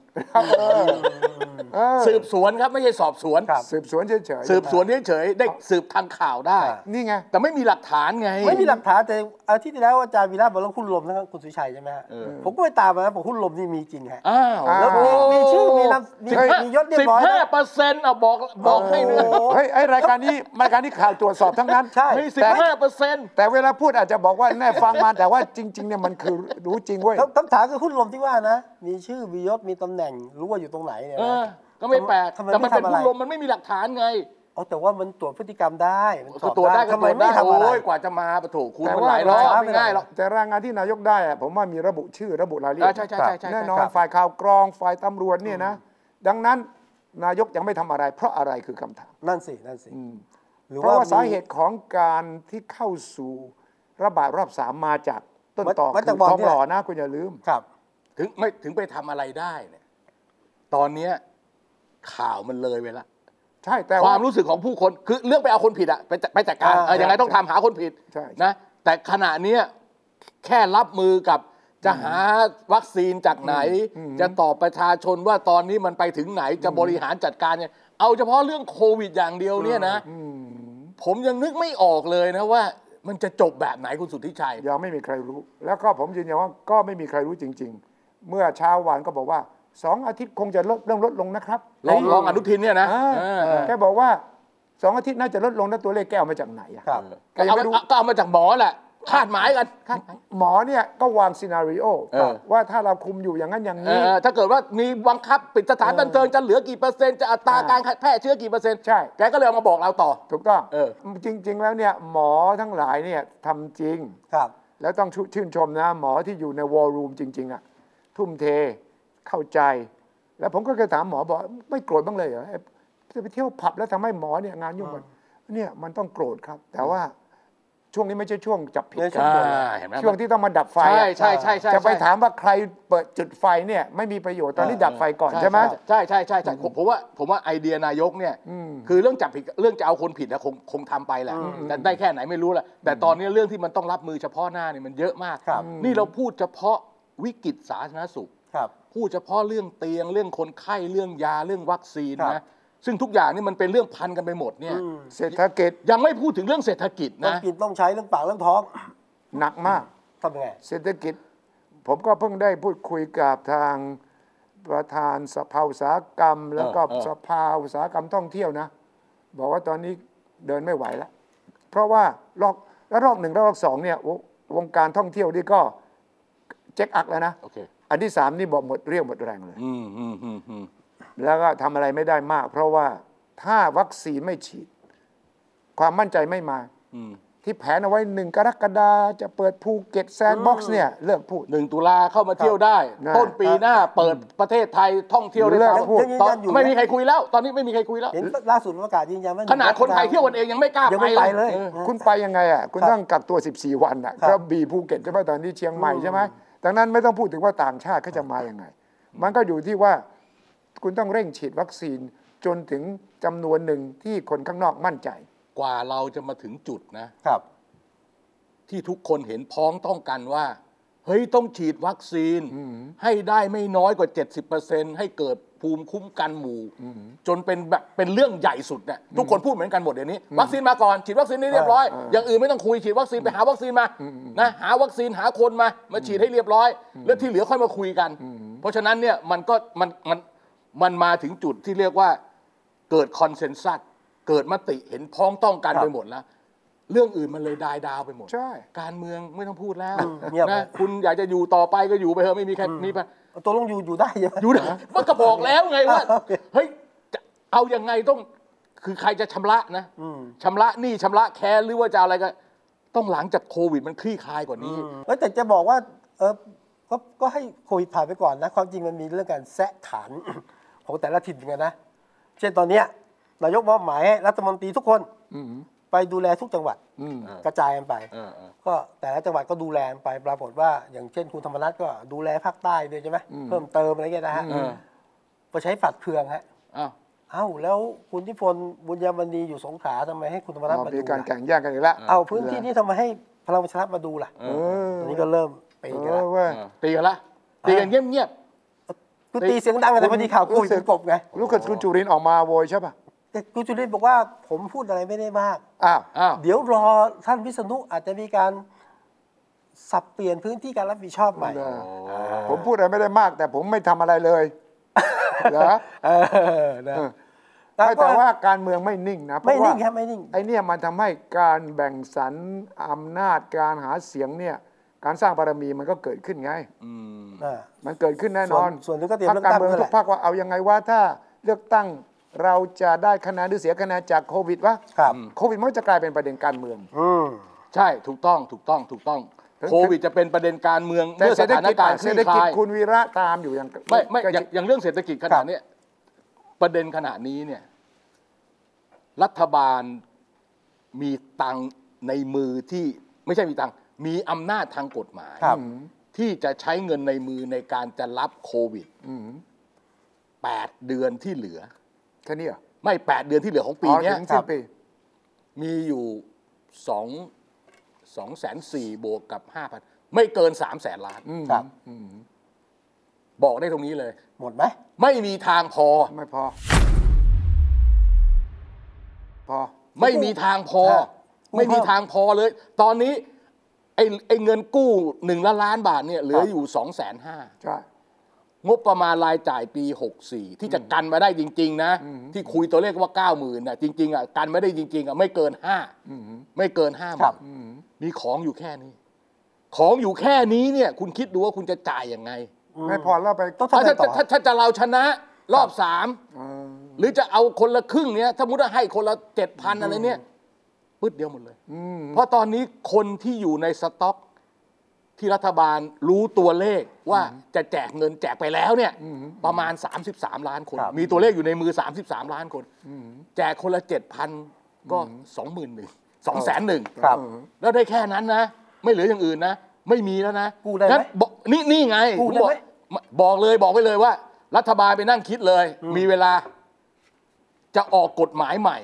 Speaker 2: เออ
Speaker 3: สืบสวนครับไม่ใช่สอบสวน
Speaker 1: ครับ
Speaker 2: สืบสวนเฉยๆ
Speaker 3: สืบสวนเฉยๆได้สืบทางข่าวได้
Speaker 1: อ่า
Speaker 2: นี่ไง
Speaker 3: แต่ไม่มีหลักฐานไง
Speaker 1: ไม่มีหลักฐานแต่อาทิตย์ที่แล้วอาจารย์วีระบอกเรื่องหุ้นลมนะครับคุณสุชัยใช่ไหมฮะ
Speaker 3: เออ
Speaker 1: ผมก็ไปตามมานะผมหุ้นลมนี่มีจริงฮะ
Speaker 3: อ้าว
Speaker 2: อ้าว
Speaker 3: แล้ว
Speaker 1: มีมีชื่อมีนามมีมียศเรียบร้อยนะ
Speaker 3: สิบห้าเปอร์เซ็นต์อ่ะบอกบอกให้เนื้อ
Speaker 1: โอ้โห
Speaker 2: เฮ้ยไอ้รายการนี้รายการนี้ข่าวตรวจสอบทั้งนั้น
Speaker 1: ใช่
Speaker 3: มีสิบห้าเปอร์เซ็นต์
Speaker 2: แต่เวลาพูดอาจจะบอกว่าแน่ฟังมาแต่ว่าจริงๆเนี่ยมันคือรู้จริงเว้ย
Speaker 1: คำคำถามคือหุ้นลมที่ว่านะ มีชื่อมียศมีตำแหน่งรู้ว่าอยู่ตรงไหนเนี่ย
Speaker 3: เอ
Speaker 1: นะ
Speaker 3: อก็ไม่แปลก
Speaker 1: ทำไม
Speaker 3: แต่มันเป็น
Speaker 1: ไม่ทำอะไร
Speaker 3: ผู้ลมมันไม่มีหลักฐานไง
Speaker 1: เอาแต่ว่ามันตรวจพฤติกรรมได้มันส
Speaker 3: ก็
Speaker 1: อบ
Speaker 3: ตรวจได้ก็
Speaker 1: ทำ
Speaker 3: ต
Speaker 1: ไม
Speaker 3: รวจ
Speaker 1: ไม่
Speaker 3: ได้
Speaker 1: ทำอะไร
Speaker 3: โอ้ยกว่าจะมาปะโถคุณ
Speaker 2: แต่
Speaker 3: มัน
Speaker 2: ว่า
Speaker 3: หลายรอบ
Speaker 1: ช้าไป
Speaker 3: ไม่ง่ายหรอก
Speaker 2: แต่รายงานที่นายกได้อะผมว่ามีระบุชื่อระบุรายละเอี
Speaker 3: อ่าย
Speaker 2: ด
Speaker 3: ใช่ใช่
Speaker 1: ครับ
Speaker 3: ใช่ใช่
Speaker 2: แน่นอน
Speaker 3: ครับ
Speaker 2: ฝ่ายข่าวกรองฝ่ายตำรวจเนี่ยนะ ดังนั้นนายกยังไม่ทำอะไร เพราะอะไรคือคำถาม
Speaker 1: นั่นสินั่นสิหรือ
Speaker 2: เพราะว่าสาเห
Speaker 1: มี
Speaker 2: ตุของการที่เข้าสู่ระบาดรอบสามมาจากต้น
Speaker 1: มา
Speaker 2: ต่อ
Speaker 1: มาจาก
Speaker 2: คือ
Speaker 1: บ่อน
Speaker 2: ทอง
Speaker 1: นี่
Speaker 2: ห
Speaker 1: แหละ
Speaker 2: ล่อนะคุณอย่าลืม
Speaker 1: ครับ
Speaker 3: ถึงไม่ถึงไปทำอะไรได้เนี่ยตอนเนี้ยข่าวมันเลยไปละ
Speaker 2: ใช่แต่
Speaker 3: ความรู้สึกของผู้คนคือเรื่องไปเอาคนผิดอะไปจัดไปจัดการ
Speaker 1: อ่า
Speaker 3: เออยังไงต้องทำหาคนผิด
Speaker 2: ใช่ใช่
Speaker 3: นะแต่ขณะเนี้ยแค่รับมือกับจะหาวัคซีนจากไหน จะตอบประชาชนว่าตอนนี้มันไปถึงไหนจะบริหารจัดการยังไงเอาเฉพาะเรื่องโควิดอย่างเดียวเนี่ยนะ
Speaker 2: อืม
Speaker 3: ผมยังนึกไม่ออกเลยนะว่า มันจะจบแบบไหนคุณสุทธิชัย
Speaker 2: ยังไม่มีใครรู้ แล้วก็ผมยืนยันว่าก็ไม่มีใครรู้จริง ๆ เมื่อเช้าวานก็บอกว่าสองอาทิตย์คงจะลดเริ่มลดลงนะครับ
Speaker 3: ลองลองอนุทินเนี่ยนะ
Speaker 2: อ่า
Speaker 3: เออ
Speaker 2: แกบอกว่าสองอาทิตย์น่าจะลดลงนะตัวเลขแกเอามาจากไหนอะ
Speaker 1: ครับ
Speaker 2: แกยัง
Speaker 3: เอา
Speaker 2: ไม่รู้
Speaker 3: ก็เอามาจากหมอแหละคาดหมายกัน
Speaker 2: หมอเนี่ยก็วางซีนารีโอ
Speaker 3: เออ
Speaker 2: ว่าถ้าเราคุมอยู่อย่างนั้นอย่าง
Speaker 3: เอ
Speaker 2: นี้
Speaker 3: อถ้าเกิดว่ามีบังคับปิดสถานบันเทิงจะเหลือกี่เปอร์เซ็นต์จะอัตราการแพร่เชื้อกี่เปอร์เซ็นต์
Speaker 2: ใช่
Speaker 3: แกก็เลยเอามาบอกเราต่อ
Speaker 2: ถูกต้อง
Speaker 3: เออ
Speaker 2: จริง ๆ แล้วเนี่ยหมอทั้งหลายเนี่ยทำจริง
Speaker 1: ครับ
Speaker 2: แล้วต้องชื่นชมนะ หมอที่อยู่ในวอลลุ่มจริง ๆอะทุ่มเทเข้าใจ แล้วผมก็เคยถามหมอบอกไม่โกรธบ้างเลยเหรอไอ้จะไปเที่ยวผับแล้วทำให้หมอเนี่ยงานยุ่งหมดเนี่ยมันต้องโกรธครับ แต่ว่าช่วงนี้ไม่ใช่ช่วงจับผิด
Speaker 1: ไม่ใช่
Speaker 2: กัน
Speaker 3: อ่าเห็นไหม
Speaker 2: ช่วงที่ต้องมาดับไฟ
Speaker 3: ใช่
Speaker 2: อะ
Speaker 3: ใช่ใช่ใช่
Speaker 2: จะไปถามว่าใครเปิดจุดไฟเนี่ยไม่มีประโยชน์ตอนนี้ดับไฟก่อนใช่ไหม
Speaker 3: ใช่ใช่ใช่ใช่ผมผมว่าผมว่าไอเดียนายกเนี่ย
Speaker 2: อืม
Speaker 3: คือเรื่องจับผิดเรื่องจะเอาคนผิดนะคงคงทำไปแหละแต่ได้แค่ไหนไม่รู้แหละแต่ตอนนี้เรื่องที่มันต้องรับมือเฉพาะหน้าเนี่ยมันเยอะมาก
Speaker 1: ครับ
Speaker 3: นี่เราพูดเฉพาะวิกฤตสาธารณสุข
Speaker 1: ครับ
Speaker 3: พูดเฉพาะเรื่องเตียงเรื่องคนไข้เรื่องยาเรื่องวัคซีน
Speaker 1: ครั
Speaker 3: นะ
Speaker 1: บ
Speaker 3: ซึ่งทุกอย่างนี่มันเป็นเรื่องพันกันไปหมดเนี่ย
Speaker 1: อืม
Speaker 2: เศรษฐกิจ
Speaker 3: ยังไม่พูดถึงเรื่องเศรษฐกิจ
Speaker 1: ต้อง
Speaker 3: นะ
Speaker 1: กินต้องใช้เรื่องปากเรื่องท้อง (coughs)
Speaker 2: หนักมาก
Speaker 1: ทำยังไง
Speaker 2: เศรษฐกิจ ผมก็เพิ่งได้พูดคุยกับทางประธานสภาอุตสาหกรรม แล้วก็
Speaker 3: เออเออ
Speaker 2: สภาอุตสาหกรรมท่องเที่ยวนะ บอกว่าตอนนี้เดินไม่ไหวแล้ว เพราะว่ารอบแล้วรอบหนึ่งแล้วรอบสองเนี่ยววงการท่องเที่ยวนี่ก็เจ๊กอักแล้วนะ
Speaker 3: โอเค
Speaker 2: อันที่สามนี่บอกหมดเรี่ยวหมดแรงเลย
Speaker 3: อืมอืมอืมอืม
Speaker 2: แล้วก็ทำอะไรไม่ได้มาก เพราะว่าถ้าวัคซีนไม่ฉีด ความมั่นใจไม่มา
Speaker 3: อืม
Speaker 2: ที่แผนเอาไว้หนึ่งกรกฎาจะเปิดภูเก็ตแซนด์บ็อกซ์เนี่ยเลิกพูด
Speaker 3: หนึ่งตุลาเข้ามาเที่ยวได้
Speaker 2: นะ
Speaker 3: ต้นปีหน้าเปิดประเทศไทยท่องเที่ยวได้
Speaker 1: เลิ
Speaker 3: แล้
Speaker 1: ก
Speaker 3: ว
Speaker 1: พูด
Speaker 3: ตอน
Speaker 1: ยังยืนยันอยู่นะ
Speaker 3: ไม่มีใครคุยแล้ว ตอนนี้ไม่มีใครคุยแล้ว
Speaker 1: เห็นล่าสุดประกาศยืนยันว่า
Speaker 3: ขนาดคนไทยเที่ยวกันเองยังไม่กล้า
Speaker 1: ยัง
Speaker 3: ไป
Speaker 1: ไม่ไปเลย
Speaker 3: ออ
Speaker 2: คุณไปยังไงอ่ะ คุณ
Speaker 1: ครับ
Speaker 2: ต้องกักตัว 14 วันอ่ะ
Speaker 1: ครั
Speaker 2: ก
Speaker 1: บ
Speaker 2: ระบี่ภูเก็ตใช่ไหมตอนนี้เชียงใหม่ใช่ไหมดังนั้นไม่ต้องพูดถึงว่าต่างชาติเขาจะมาอย่างไง มันก็อยู่ที่ว่าคุณต้องเร่งฉีดวัคซีนจนถึงจำนวนหนึ่งที่คนข้างนอกมั่นใจ
Speaker 3: กว่าเราจะมาถึงจุดนะ
Speaker 1: ครับ
Speaker 3: ที่ทุกคนเห็นพ้องต้องกันว่า เฮ้ยต้องฉีดวัคซีน ให้ได้ไม่น้อยกว่า 70%ให้เกิดภูมิคุ้มกันหมู่ จนเป็นแบบเป็นเรื่องใหญ่สุดเนี่ยทุกคนพูดเหมือนกันหมดเดี๋ยวนี้ วัคซีนมาก่อนฉีดวัคซีนให้เรียบร้อย
Speaker 2: อ่าอ่า
Speaker 3: อย่างอื่นไม่ต้องคุยฉีดวัคซีนไปหาวัคซีนมานะหาวัคซีนหาคนมา มาฉีดให้เรียบร้อย แล้วที่เหลือค่อยมาคุยกัน เพราะฉะนั้นเนี่ยมันก็มันมันมันมาถึงจุดที่เรียกว่า เกิดคอนเซนแซสเกิดมติเห็นพ้องต้องกัน
Speaker 1: ครับ
Speaker 3: ไปหมดแล้ว เรื่องอื่นมันเลยดายดาวไปหมด
Speaker 2: ใช่
Speaker 3: การเมืองไม่ต้องพูดแล้ว
Speaker 1: อืมเงียบ
Speaker 3: นะ
Speaker 1: เลย
Speaker 3: คุณอยากจะอยู่ต่อไปก็อยู่ไปเถอะไม่มีใครมีปัญ
Speaker 1: ตัวลงอยู่อยู่ได้ใช่ไหม
Speaker 3: อยู่นะมันก็บอกแล้วไงว่า
Speaker 1: โอเค
Speaker 3: เฮ้ยจะเอายังไงต้อง คือใครจะชำระนะ
Speaker 1: อืม
Speaker 3: ชำระหนี้ชำระแค้นหรือว่าจะอะไรก็ ต้องหลังจากโควิดมันคลี่คลายกว่านี้
Speaker 1: เอ้ยแต่จะบอกว่าเออก็ก็ให้โควิดผ่านไปก่อนนะ ความจริงมันมีเรื่องการแซะฐาน ของแต่ละถิ่นเหมือนกันนะ เช่นตอนเนี้ยนายกมอบหมายให้รัฐมนตรีทุกคน
Speaker 2: อืม
Speaker 1: ไปดูแลทุกจังหวัด
Speaker 2: อืม
Speaker 1: กระจายกันไป
Speaker 3: เออเออ
Speaker 1: ก็แต่ละจังหวัดก็ดูแลกันไปปรากฏว่า อย่างเช่นคุณธรรมนัฐก็ดูแลภาคใต้ด้วยใช่ไหมเพิ่มเติมอะไรเงี้ยนะฮะ
Speaker 3: อืม
Speaker 1: ไปใช้ฝัดเพืองฮะ
Speaker 3: อ้าว
Speaker 1: เอ้าแล้วคุณทิพลบุญยามณีอยู่สงขลาทำไมให้คุณธรรมนัฐ
Speaker 2: อ๋อ
Speaker 1: มา
Speaker 2: มี
Speaker 1: ดู
Speaker 2: การ
Speaker 1: ล่ะ
Speaker 2: แข่งแย่งกันอีกแล้ว
Speaker 1: เอาพื้นที่นี้ทำไมให้พลังประชารัฐมาดูล่ะ
Speaker 2: เออ
Speaker 1: ตอนนี้ก็เริ่มไป
Speaker 2: เอ
Speaker 1: กันละ
Speaker 2: อเว้ย
Speaker 3: เออตีกันละตีกันเงียบ
Speaker 1: คือตีเสียงดังกันแต่พอดีข่าวโควิด
Speaker 2: รู้สึก
Speaker 1: กบไง
Speaker 2: ลูกกับคุณจุรินทร์ออกมาโวยใช่ป่ะ
Speaker 1: แต่คุณจุลินบอกว่าผมพูดอะไรไม่ได้มาก
Speaker 2: อ้าว
Speaker 3: ๆอ้าว
Speaker 1: เดี๋ยวรอท่านวิษณุอาจจะมีการสับเปลี่ยนพื้นที่การรับผิดชอบใหม่
Speaker 2: ผมพูดอะไรไม่ได้มาก แต่ผมไม่ทำอะไรเลยเหรอ
Speaker 1: เออนะ
Speaker 2: เออ
Speaker 1: แล้ว
Speaker 2: ไม่
Speaker 1: ก็
Speaker 2: แต่ว่าการเมืองไม่นิ่งนะเพ
Speaker 1: ไม่
Speaker 2: ราะว่า
Speaker 1: นิ่งครับไม่นิ่ง
Speaker 2: ไอเนี่ยมันทำให้การแบ่งสรรอำนาจการหาเสียงเนี่ย การสร้างบารมีมันก็เกิดขึ้นไง
Speaker 3: อืม
Speaker 2: มันเกิดขึ้นแน่นอน
Speaker 1: ส่วนส่วนหนึ่งก็เตรียม
Speaker 2: พคการเมือง
Speaker 1: เลือกตั้ง
Speaker 2: ทุกภาคว่าเอายังไงว่าถ้าเลือกตั้งเราจะได้คะแนนหรือเสียคะแนนจากโควิดวะ
Speaker 1: ครับ
Speaker 2: โควิดมันก็จะกลายเป็นประเด็นการเมือง
Speaker 1: อืม
Speaker 3: ใช่ถูกต้องถูกต้องถูกต้อง
Speaker 2: ถึง
Speaker 3: โควิดจะเป็นประเด็นการเมือง
Speaker 2: แต่
Speaker 3: เมื่อ
Speaker 2: เศ
Speaker 3: ส
Speaker 2: รษฐ
Speaker 3: ถาน
Speaker 2: กิจ
Speaker 3: การณ์
Speaker 2: อ่ะ
Speaker 3: ค
Speaker 2: เศร
Speaker 3: ลี่
Speaker 2: ษฐ
Speaker 3: ค
Speaker 2: กิจ
Speaker 3: ลาย
Speaker 2: คุณวีระตามอยู่อย่าง
Speaker 3: ไม่ไม่
Speaker 2: ใกล้
Speaker 3: อย่า
Speaker 2: ชิ
Speaker 3: ง
Speaker 2: ด
Speaker 3: อย่างเรื่องเศรษฐกิจ
Speaker 1: ค
Speaker 3: ข
Speaker 1: รั
Speaker 3: นาด
Speaker 1: บ
Speaker 3: เนี้ยประเด็นขนาดนี้เนี่ย รัฐบาลมีตังค์ในมือที่ไม่ใช่มีตังค์มีอำนาจทางกฎหมาย
Speaker 1: ครับ
Speaker 3: ที่จะใช้เงินในมือในการจะรับโควิด
Speaker 2: อืม
Speaker 3: แปดเดือนที่เหลือ
Speaker 2: แค่นี้เหรอ
Speaker 3: ไม่แปดเดือนที่เหลือของปี
Speaker 2: อ๋อ
Speaker 3: เนี้ย
Speaker 2: ถึงสิ้นปี
Speaker 3: มีอยู่สองสองแสนสี่บวกกับห้าพันไม่เกินสามแสนล้าน
Speaker 2: อืม
Speaker 1: ครับ
Speaker 2: อืม
Speaker 3: บอกได้ตรงนี้เลย
Speaker 1: หมดไหม
Speaker 3: ไม่มีทางพอ
Speaker 2: ไม่พอ พอ
Speaker 3: ไม่มีทางพอ
Speaker 1: ฮะ
Speaker 3: ไม่มีทางพอเลย ตอนนี้ไอ้ไอ้เงินกู้หนึ่งล้านล้านบาทเนี่ยเหลืออยู่สองแสนห้า
Speaker 2: ใช่
Speaker 3: งบประมาณรายจ่ายปี 64 ที่จะกันมาได้จริง ๆ นะ ที่คุยตัวเลขว่า 9 0,000ื่นนะจริงๆอ่ะกันไม่ได้จริงๆอ่ะไม่เกิน
Speaker 2: อืม
Speaker 3: 5 ไม่เกิน5้า
Speaker 1: ครับ
Speaker 3: มีของอยู่แค่นี้ ของอยู่แค่นี้เนี่ย คุณคิดดูว่าคุณจะจ่ายยังไง
Speaker 2: ไม่พอแล้วไป
Speaker 1: ต้องทำ
Speaker 3: ถ้า
Speaker 1: อะไร
Speaker 3: ถ้า
Speaker 1: ต่อ
Speaker 3: ถ้าถ้าจะเราชนะรอบสาม
Speaker 2: เออ
Speaker 3: หรือจะเอาคนละครึ่งเนี่ยถ้ามุติว่าให้คนละเจ็ดพันอะไรเนี่ยปึ๊ดเดียวหมดเลย
Speaker 2: อืม
Speaker 3: เพราะตอนนี้คนที่อยู่ในสต็อก ที่รัฐบาลรู้ตัวเลขว่าจะแจกเงินแจกไปแล้วเนี่ย ประมาณ 33 ล้านคน
Speaker 1: ครับ
Speaker 3: มีตัวเลขอยู่ในมือ 33 ล้านคน แจกคนละ 7,000 ก็ 21,000 201,000
Speaker 1: ครับ
Speaker 3: แล้วได้แค่นั้นนะ ไม่เหลืออย่างอื่นนะ ไม่มีแล้วนะ
Speaker 1: กู้ได้ไหม
Speaker 3: งั้นบอกนี่นี่ไง
Speaker 1: กู้ได้ไหม
Speaker 3: ผมบอกบอกเลยบอกไว้เลยว่า รัฐบาลไปนั่งคิดเลย มีเวลาจะออกกฎหมายใหม่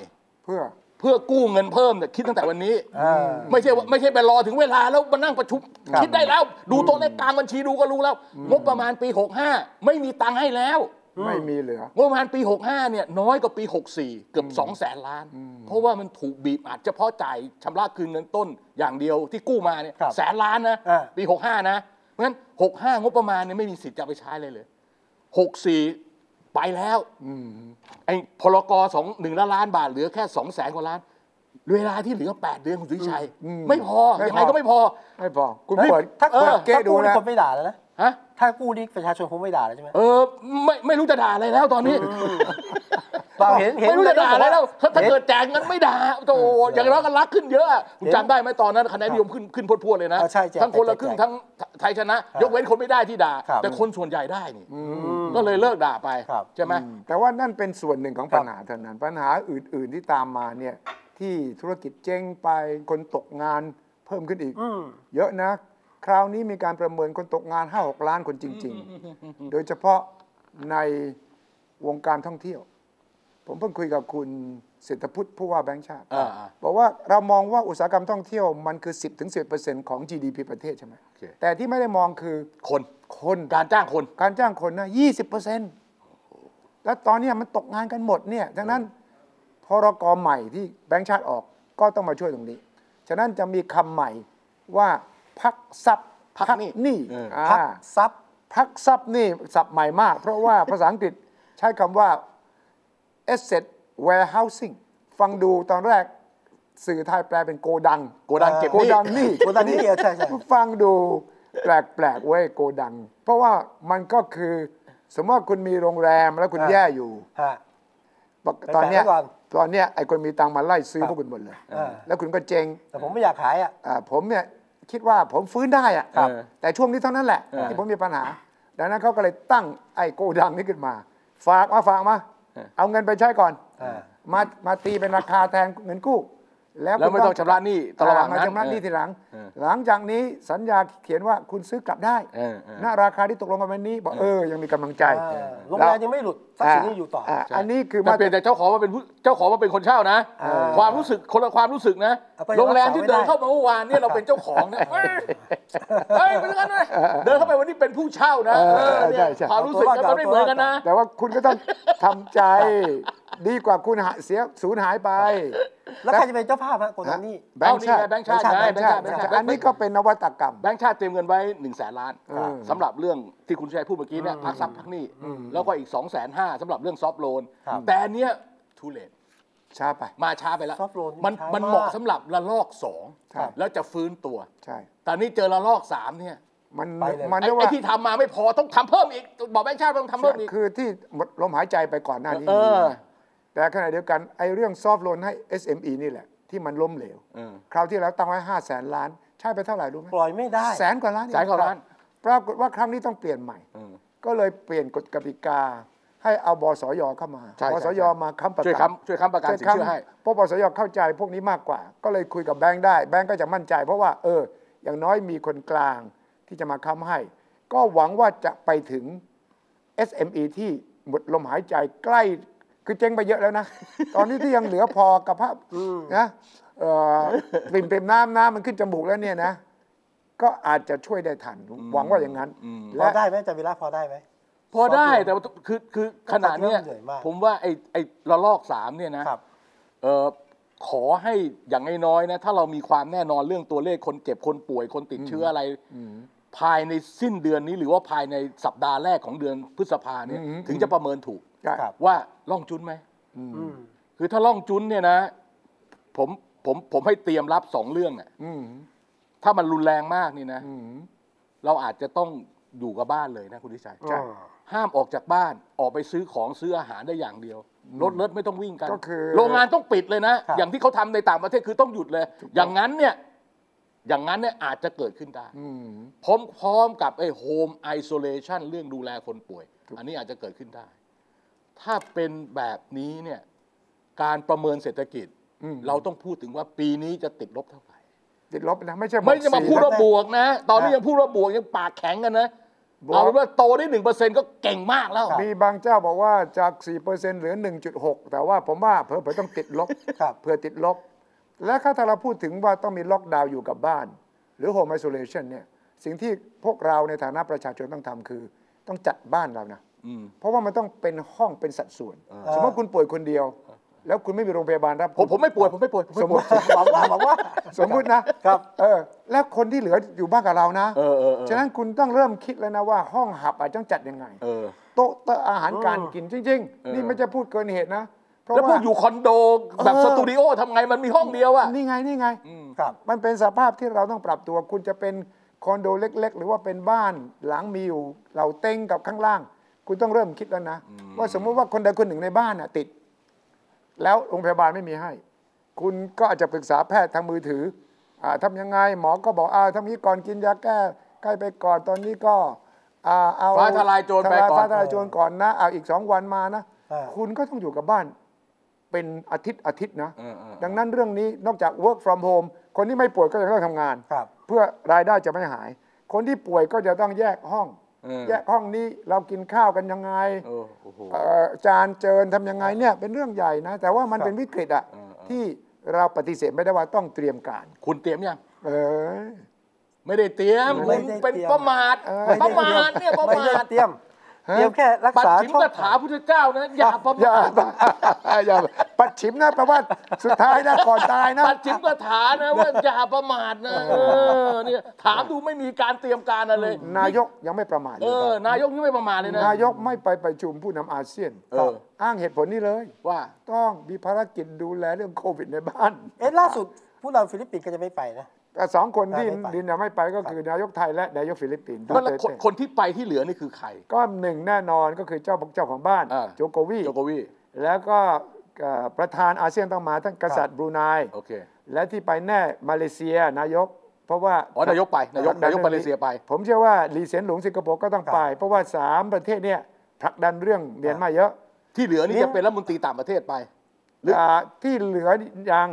Speaker 2: เพื่อ
Speaker 3: เพื่อกู้เงินเพิ่มเนี่ยคิดตั้งแต่วันนี้
Speaker 1: อ่า
Speaker 3: ไม่ใช่ว่าไม่ใช่ไปรอถึงเวลาแล้วมานั่งประชุม
Speaker 1: ครับ
Speaker 3: คิดได้แล้ว ดูตัวเลขกลางบัญชีดูก็รู้แล้ว งบประมาณปี 65 ไม่มีตังค์ให้แล้ว
Speaker 2: ไม่มีเหลือ
Speaker 3: งบประมาณปี 65 เนี่ยน้อยกว่าปี 64 เกือบ2แสนล้าน เพราะว่ามันถูกบีบอัดเฉพาะจ่ายชำระคืนเงินต้นอย่างเดียวที่กู้มาเนี่ย
Speaker 1: ครับ
Speaker 3: แสนล้านนะ
Speaker 1: อ่า
Speaker 3: ปี 65 นะเพราะฉะนั้น 65 งบประมาณเนี่ยไม่มีสิทธิ์จะเอาไปใช้เลยเลย 64 ไปแล้วไอ้พลกรสองหนึ่งล้านล้านบาทเหลือแค่สองแสนกว่าล้าน เวลาที่เหลือ 8 เดือนคุณสุวิชัย
Speaker 2: อืม
Speaker 3: ไม่พอ
Speaker 2: ไม่พอ
Speaker 3: ยังไงก็ไม่พอ
Speaker 2: ไม่พอ คุณ
Speaker 1: เฮ้ย
Speaker 2: เปิด
Speaker 1: ถ้า
Speaker 2: เปิดเก๊
Speaker 1: ถ้า
Speaker 2: ดู
Speaker 1: กู้นี่
Speaker 2: นะ
Speaker 1: คนไม่ด่าแล้วนะ
Speaker 3: ฮะ
Speaker 1: ถ้ากู้นี่ประชาชนคงไม่ด่าแล้วใช่ไหม
Speaker 3: เออไม่ไม่รู้จะด่าอะไรแล้วตอนนี้
Speaker 1: เราเห็นเห็น
Speaker 3: ไม่รู้จะด่าอะไรแล้วถ้าถ้าเกิดแจกเงินไม่ด่าโตอย่างน้อยก็รักขึ้นเยอะคุณจำได้ไหมตอนนั้นคะแนนนิยมขึ้นขึ้นพรวดๆเลยนะ
Speaker 1: เออใช่แจก
Speaker 3: ทั้งคนละครึ่ง
Speaker 1: แจก
Speaker 3: ทั้งไทยชนะ ยกเว้นคนไม่ได้ที่ด่า
Speaker 1: ครับ
Speaker 3: แต่คนส่วนใหญ่ได้นี่
Speaker 1: อืม
Speaker 3: ก็เลยเลิกด่าไป
Speaker 1: ครับ
Speaker 3: ใช่ไหม
Speaker 2: แต่ว่านั่นเป็นส่วนหนึ่งของปัญหาเท่านั้น ปัญหาอื่น ๆที่ตามมาเนี่ยที่ธุรกิจเจ๊งไปคนตกงานเพิ่มขึ้นอีก
Speaker 1: อืม
Speaker 2: เยอะนะ คราวนี้มีการประเมินคนตกงาน 5 6 ล้านคนจริง ๆ โดยเฉพาะในวงการท่องเที่ยว ผมเพิ่งคุยกับคุณเศรษฐพุทธผู้ว่าแบงค์ชาติ
Speaker 3: อ่าอ่า
Speaker 2: บอกว่าเรามองว่าอุตสาหกรรมท่องเที่ยวมันคือ 10-10%ถึง10%ของ GDP ประเทศใช่ไหม
Speaker 3: โอเค
Speaker 2: แต่ที่ไม่ได้มองคือ
Speaker 3: คน
Speaker 2: คน
Speaker 3: การจ้างคน
Speaker 2: การจ้างคนนะ20%แล้วตอนเนี้ยมันตกงานกันหมดเนี่ยดังนั้นพรกใหม่ที่แบงค์ชาติออกก็ต้องมาช่วยตรงนี้ ฉะนั้นจะมีคำใหม่ว่าพักทรัพย์
Speaker 3: พักหนี้
Speaker 2: หนี้
Speaker 3: เออ
Speaker 2: อ่า
Speaker 1: พักซับ
Speaker 2: พักทรัพย์นี่ศัพท์ใหม่มาก เพราะ (laughs) ว่า ภาษาอังกฤษใช้คำว่า asset warehousing ฟังดูตอนแรกสื่อไทยแปลเป็นโกดัง
Speaker 3: โกดังเก็บห
Speaker 2: โก
Speaker 3: นี่
Speaker 2: ดังนี่
Speaker 1: โกดังนี่เออใช่ใช่
Speaker 2: ฟังดูแปลกๆเว้ยโกดัง เพราะว่ามันก็คือ สมมติว่าคุณมีโรงแรมแล้วคุณแย่อยู่
Speaker 1: ฮะ
Speaker 2: ตอนเนี้ย
Speaker 1: ไปแปะไว้ก่อน
Speaker 2: ตอนเนี้ยไอ้คนมีตังค์มาไล่ซื้อ
Speaker 1: ครับ
Speaker 2: พวกคุณหมดเลย
Speaker 1: อ่า
Speaker 2: แล้วคุณก็เจ๊ง
Speaker 1: แต่ผมไม่อยากขายอ่ะ
Speaker 2: อ่าผมเนี่ยคิดว่าผมฟื้นได้อะ
Speaker 3: ครับ
Speaker 2: แต่ช่วงนี้เท่านั้นแหละ
Speaker 3: เออ
Speaker 2: ที่ผมมีปัญหา ดังนั้นเขาก็เลยตั้งไอ้โกดังนี้ขึ้นมา ฝากมาฝากมา
Speaker 3: เออ
Speaker 2: เอาเงินไปใช้ก่อน
Speaker 1: เออ
Speaker 2: มามาตีเป็นราคาแทนเงินกู้ แล้ว
Speaker 3: แล้วไม่ต้องชำระหนี้ตลอด
Speaker 2: อ่า
Speaker 3: นั้น
Speaker 2: มาชำระหนี้ทีหลัง
Speaker 3: เออ
Speaker 2: หลังจากนี้สัญญาเขียนว่าคุณซื้อกลับได้
Speaker 3: เออเออ
Speaker 2: ณราคาที่ตกลงกันวันนี้บอกเออยังมีกำลังใจ
Speaker 1: อ่าโรงแรมยังไม่หลุดทรัพย์สินยังอยู่ต่ออ
Speaker 2: อันนี้คือ
Speaker 3: แต่
Speaker 2: มา
Speaker 3: เปลี่ยนจากเจ้าของมาเป็นผู้เจ้าของมาเป็นคนเช่านะ
Speaker 1: อ่า
Speaker 3: ความรู้สึกคนละความรู้สึกนะ
Speaker 1: เอาไป
Speaker 3: โรงแรมที่เดิน
Speaker 1: รักษาไม่ได้
Speaker 3: เข้ามาเมื่อวานเนี่ยเราเป็นเจ้าของนะ (laughs) เอ้ยเฮ้ยเป็นอย่างนั้นเลยเดินเข้าไปวันนี้เป็นผู้เช่านะเออเนี่ยความรู้สึกนะมันไม่เหมือนกันนะ
Speaker 2: แต่ว่าคุณก็ต้องทำใจ ดีกว่าคุณหาเสียสูญหายไป
Speaker 1: แล้วใครจะเป็นเจ้าภาพฮะโกดังนี่
Speaker 2: แบงค์ชาติ
Speaker 3: เอานี่ไงแบงค์
Speaker 2: แบงค์ชาติแบงค์
Speaker 3: ชาติไงแบงค์ชา
Speaker 2: ชา
Speaker 3: ติ
Speaker 2: ติอันนี้ก็เป็นนวัตกรรม
Speaker 3: แบงค์ชาติเตรียมเงินไว้1นึ่งแสนล้าน
Speaker 2: อ่า
Speaker 3: สำหรับเรื่องที่คุณชัยพูดเมื่อกี้เนี่ยพักทรัพย์พักหนี้แล้วก็อีก2องแสนห้าสำหรับเรื่องซอฟต์โลน
Speaker 1: ครับ
Speaker 3: แต่อันเนี้ยทุเรศ
Speaker 2: ช้าไป
Speaker 3: มาช้าไปแล้ว
Speaker 1: soft loan
Speaker 3: มัน
Speaker 1: ช้ามาก
Speaker 3: มันเหมาะสำหรับระลอกสอง
Speaker 2: ครับ
Speaker 3: แล้วจะฟื้นตัว
Speaker 2: ใช่
Speaker 3: แต่นี่เจอระลอกสามเนี่ย
Speaker 2: มัน
Speaker 1: ไปเลย
Speaker 2: มัน
Speaker 3: ไอ้
Speaker 2: เรียก
Speaker 3: ไอ้
Speaker 2: ว่า
Speaker 3: ที่ทำมาไม่พอต้องทำเพิ่มอีก บอกแบงค์ชาติต้องทำเพิ่มอีก
Speaker 2: คือที่หมดลมหายใจไปก่อนหน้านี้
Speaker 3: เออ
Speaker 2: แต่ขณะเดียวกันไอ้เรื่องซอฟต์โลนให้ SME นี่แหละ ที่มันล้มเหลว
Speaker 3: เออ
Speaker 2: คราวที่แล้วตั้งไว้5 0 0แสนล้าน ใช่ไปเท่าไหร่รู้ไหม
Speaker 1: ปล่อยไม่ได้
Speaker 2: แสนกว่าล้านเอง
Speaker 3: แสนกว่าล้าน
Speaker 2: ปรากฏว่าครั้งนี้ต้องเปลี่ยนใหม่
Speaker 3: เออ
Speaker 2: ก็เลยเปลี่ยนกฎกติกา ให้เอาบสยเข้ามา
Speaker 3: ใช่ใช่
Speaker 2: บสย
Speaker 3: ใช่
Speaker 2: มาค้ำประ
Speaker 3: ช่วย
Speaker 2: กัน
Speaker 3: ค้ำช่วยค้ำประกันสินเชื่อให้
Speaker 2: เพราะปสยเข้าใจพวกนี้มากกว่า ก็เลยคุยกับแบงค์ได้ แบงค์ก็จะมั่นใจ เพราะว่า เออ อย่างน้อยมีคนกลางที่จะมาค้ำให้ ก็หวังว่าจะไปถึง SME ที่หมดลมหายใจใกล้ คือเจ๊งไปเยอะแล้ว
Speaker 3: (laughs)
Speaker 2: นะ ตอนนี้ที่ยังเหลือพอกับภาพนะเอ่อปริ่มเปรมน้ำน้ำมันขึ้นจมูกแล้วเนี่ยนะ ก็อาจจะช่วยได้ทัน หวังว่าอย่างนั้น
Speaker 3: อืม
Speaker 1: พอ
Speaker 2: และ
Speaker 1: ได้ไหมอาจารย์วิระพอได้ไหม
Speaker 3: พอได้แต่ว่าคือคือขนาดเนี้ย
Speaker 1: เหนื่อยมาก
Speaker 3: ผมว่าไอ้ไอ้ระลอกสามเนี่ยนะ
Speaker 1: ครับ
Speaker 3: เออขอให้อย่างน้อยๆนะ ถ้าเรามีความแน่นอนเรื่องตัวเลขคนเจ็บคนป่วยคนติดเชื้ออะไร ภายในสิ้นเดือนนี้หรือว่าภายในสัปดาห์แรกของเดือนพฤษภาเนี่ย
Speaker 2: อืม
Speaker 3: ถึงจะประเมินถูก
Speaker 2: ได้
Speaker 1: ครับ
Speaker 3: ว่าล่องจุนไหม
Speaker 1: อืม
Speaker 3: คือถ้าล่องจุนเนี่ยนะ ผมผมผมให้เตรียมรับสองเรื่องน่ะ
Speaker 2: อืม
Speaker 3: ถ้ามันรุนแรงมากนี่นะ
Speaker 2: อืม
Speaker 3: เราอาจจะต้องอยู่กับบ้านเลยนะคุณทิชัย
Speaker 2: ใช่
Speaker 3: ห้ามออกจากบ้านออกไปซื้อของซื้ออาหารได้อย่างเดียวรถเลิศไม่ต้องวิ่งกัน
Speaker 2: ก็คือ
Speaker 3: โรงงานต้องปิดเลยนะ
Speaker 1: ครับ
Speaker 3: อย่างที่เขาทำในต่างประเทศคือต้องหยุดเลย อย่างนั้นเนี่ยอย่างนั้นเนี่ยอาจจะเกิดขึ้นได้
Speaker 2: อืม
Speaker 3: พร้อมพร้อมกับไอ้โฮมไอโซเลชันเรื่องดูแลคนป่วย
Speaker 2: ถูก
Speaker 3: อันนี้อาจจะเกิดขึ้นได้ ถ้าเป็นแบบนี้เนี่ยการประเมินเศรษฐกิจ
Speaker 2: อืม
Speaker 3: เราต้องพูดถึงว่าปีนี้จะติดลบเท่าไหร่
Speaker 2: ติดลบนะไม่ใช่
Speaker 3: ไม่จะมาพูด
Speaker 2: ลบ
Speaker 3: ว่าบวกนะ ตอนนี้
Speaker 1: ครับ
Speaker 3: ยังพูดว่าบวกยังปากแข็งกันนะ
Speaker 2: บวก
Speaker 3: เอาเป็นว่าโตได้หนึ่งเปอร์เซ็นต์ก็เก่งมากแล้ว
Speaker 2: มีบางเจ้าบอกว่าจาก 4%เหลือ 1.6 แต่ว่าผมว่าเผื่อๆต้องติดลบ
Speaker 1: ครับ
Speaker 2: เผื่อติดลบ และถ้าเราพูดถึงว่าต้องมีล็อกดาวน์อยู่กับบ้าน หรือ home isolation เนี่ย สิ่งที่พวกเราในฐานะประชาชนต้องทำคือ ต้องจัดบ้านเรานะ
Speaker 3: อืม
Speaker 2: เพราะว่ามันต้องเป็นห้องเป็นสัดส่วน
Speaker 3: เออ
Speaker 2: สมมติว่าคุณป่วยคนเดียว แล้วคุณไม่มีโรงพยาบาลรับ
Speaker 3: ผมผมไม่ป่วย ผมไม่ป่วยผม
Speaker 2: ส
Speaker 3: ไม่
Speaker 2: มม
Speaker 3: ป่วย
Speaker 2: ติ
Speaker 1: หวังว่าหวังว่า
Speaker 2: สมมตินะครับ เออแล้วคนที่เหลืออยู่บ้านกับเรานะ
Speaker 3: เออเออเออ
Speaker 2: ฉะนั้นคุณต้องเริ่มคิดแล้วนะว่าห้องหับอาจจะต้องจัดยังไง
Speaker 3: เออ
Speaker 2: โต๊ะเตอะอาหารการกินจริง
Speaker 3: เออ
Speaker 2: ๆ นี่ไม่จะพูดเกินเหตุนะ เพราะ
Speaker 3: แล้วพว
Speaker 2: ว่าก
Speaker 3: อยู่คอนโดแบบสตูดิโอทำไงมันมีห้องเดียวอะ
Speaker 2: นี่ไงนี่ไง
Speaker 3: อืม
Speaker 1: ครับ
Speaker 2: มันเป็นสภาพที่เราต้องปรับตัว คุณจะเป็นคอนโดเล็ก ๆ หรือว่าเป็นบ้านหลังมีอยู่เราเต้งกับข้างล่าง คุณต้องเริ่มคิดแล้วนะ
Speaker 3: อืม
Speaker 2: ว่าสมมติว่าคนใดคนหนึ่งในบ้านน่ะติด แล้วโรงพยาบาลไม่มีให้ คุณก็อาจจะปรึกษาแพทย์ทางมือถืออาทำยังไงหมอก็บอกอ่าทำนี้ก่อนกินยาแก้ใกล้ไปก่อนตอนนี้ก็อ่าเอา
Speaker 3: ฟ้าทลายโจรไปก่อน
Speaker 2: ฟ้าทลายโจรก่อนนะเอาอีกสองวันมานะ
Speaker 1: อ่า
Speaker 2: คุณก็ต้องอยู่กับบ้าน เป็นอาทิตย์อาทิตย์นะ
Speaker 3: เออเออ
Speaker 2: ดังนั้นเรื่องนี้นอกจาก work from home คนที่ไม่ป่วยก็ยังต้องทำงาน
Speaker 1: ครับ
Speaker 2: เพื่อรายได้จะไม่หาย คนที่ป่วยก็จะต้องแยกห้อง
Speaker 3: เอ เออ
Speaker 2: แยกห้องนี้เรากินข้าวกันยังไง
Speaker 3: เออโอ้โห
Speaker 2: เอ่อจานเจิญทำยังไงเนี่ยเป็นเรื่องใหญ่นะ แต่ว่ามันเป็นวิกฤตอะ
Speaker 3: เออเออ
Speaker 2: ที่เราปฏิเสธไม่ได้ว่าต้องเตรียมการ
Speaker 3: คุณเตรียมยัง
Speaker 2: เออ
Speaker 3: ไม่ได้เตรียม
Speaker 1: ไม่
Speaker 3: คุณ
Speaker 1: ได้
Speaker 3: เป็น
Speaker 1: เตรียม
Speaker 3: ประมาท
Speaker 2: เออ
Speaker 3: ประมาทเนี่ยประ
Speaker 1: ไม่
Speaker 3: มา
Speaker 1: ได้
Speaker 3: ท
Speaker 1: เตรียม เตรียมแค่รัก
Speaker 3: ปัด
Speaker 1: ษา
Speaker 3: ฉิม
Speaker 1: ช่อง
Speaker 3: กถาพุทธเจ้านะอย่าประ
Speaker 2: อย่า (laughs)
Speaker 3: มาท
Speaker 2: อย่าปัดฉิมนะแปลว่าสุดท้ายนะก่อนตายนะ
Speaker 3: ปัดฉิมกถานะว่าอย่าประมาทนะเออเนี่ยถามดูไม่มีการเตรียมการอะไรเลย
Speaker 2: นายกยังไม่ประมาทเล
Speaker 3: เอย
Speaker 2: ค
Speaker 3: อ
Speaker 2: รับ
Speaker 3: นายกนี่ไม่ประมาทเลยนะ
Speaker 2: นายกไม่ไปประชุมผู้นำอาเซียน
Speaker 3: เออ
Speaker 2: อ้างเหตุผลนี้เลย
Speaker 3: ว่า
Speaker 2: ต้องมีภารกิจดูแลเรื่องโควิดในบ้าน
Speaker 1: เอ๊ะล่าสุดผู้นำฟิลิปปินส์ก็จะไม่ไปนะ
Speaker 2: แต่สองคนที่
Speaker 1: ไม่ไป
Speaker 2: ดินยังไม่ไปก็คือนายกไทยและนายกฟิลิปปินส์ดู
Speaker 3: แล้ว
Speaker 2: เต
Speaker 3: คน
Speaker 2: เต้
Speaker 3: คนที่ไปที่เหลือนี่คือใคร
Speaker 2: ก็หนึ่งแน่นอนก็คือเจ้าเจ้าของบ้าน
Speaker 3: อ่า
Speaker 2: โจโกวี
Speaker 3: โจโกวี
Speaker 2: แล้วก็เอ่อประธานอาเซียนต้องมาทั้งกษัตริย์บรูไน
Speaker 3: โอเค
Speaker 2: และที่ไปแน่มาเลเซียนายก เพราะว่า
Speaker 3: อ๋อนายกไปนายกนายกมาเลเซียไป
Speaker 2: ผมเชื่อว่าลีเซียนหลงสิงคโปร์ก็ต้องไป เพราะว่าสามประเทศเนี่ยผลักดันเรื่องเมียนมาเยอะ
Speaker 3: ที่เหลือนี่
Speaker 1: เนี่ย
Speaker 3: จะเป็นรัฐมนตรีต่างประเทศไป หรืออ่
Speaker 2: าที่เหลือยัง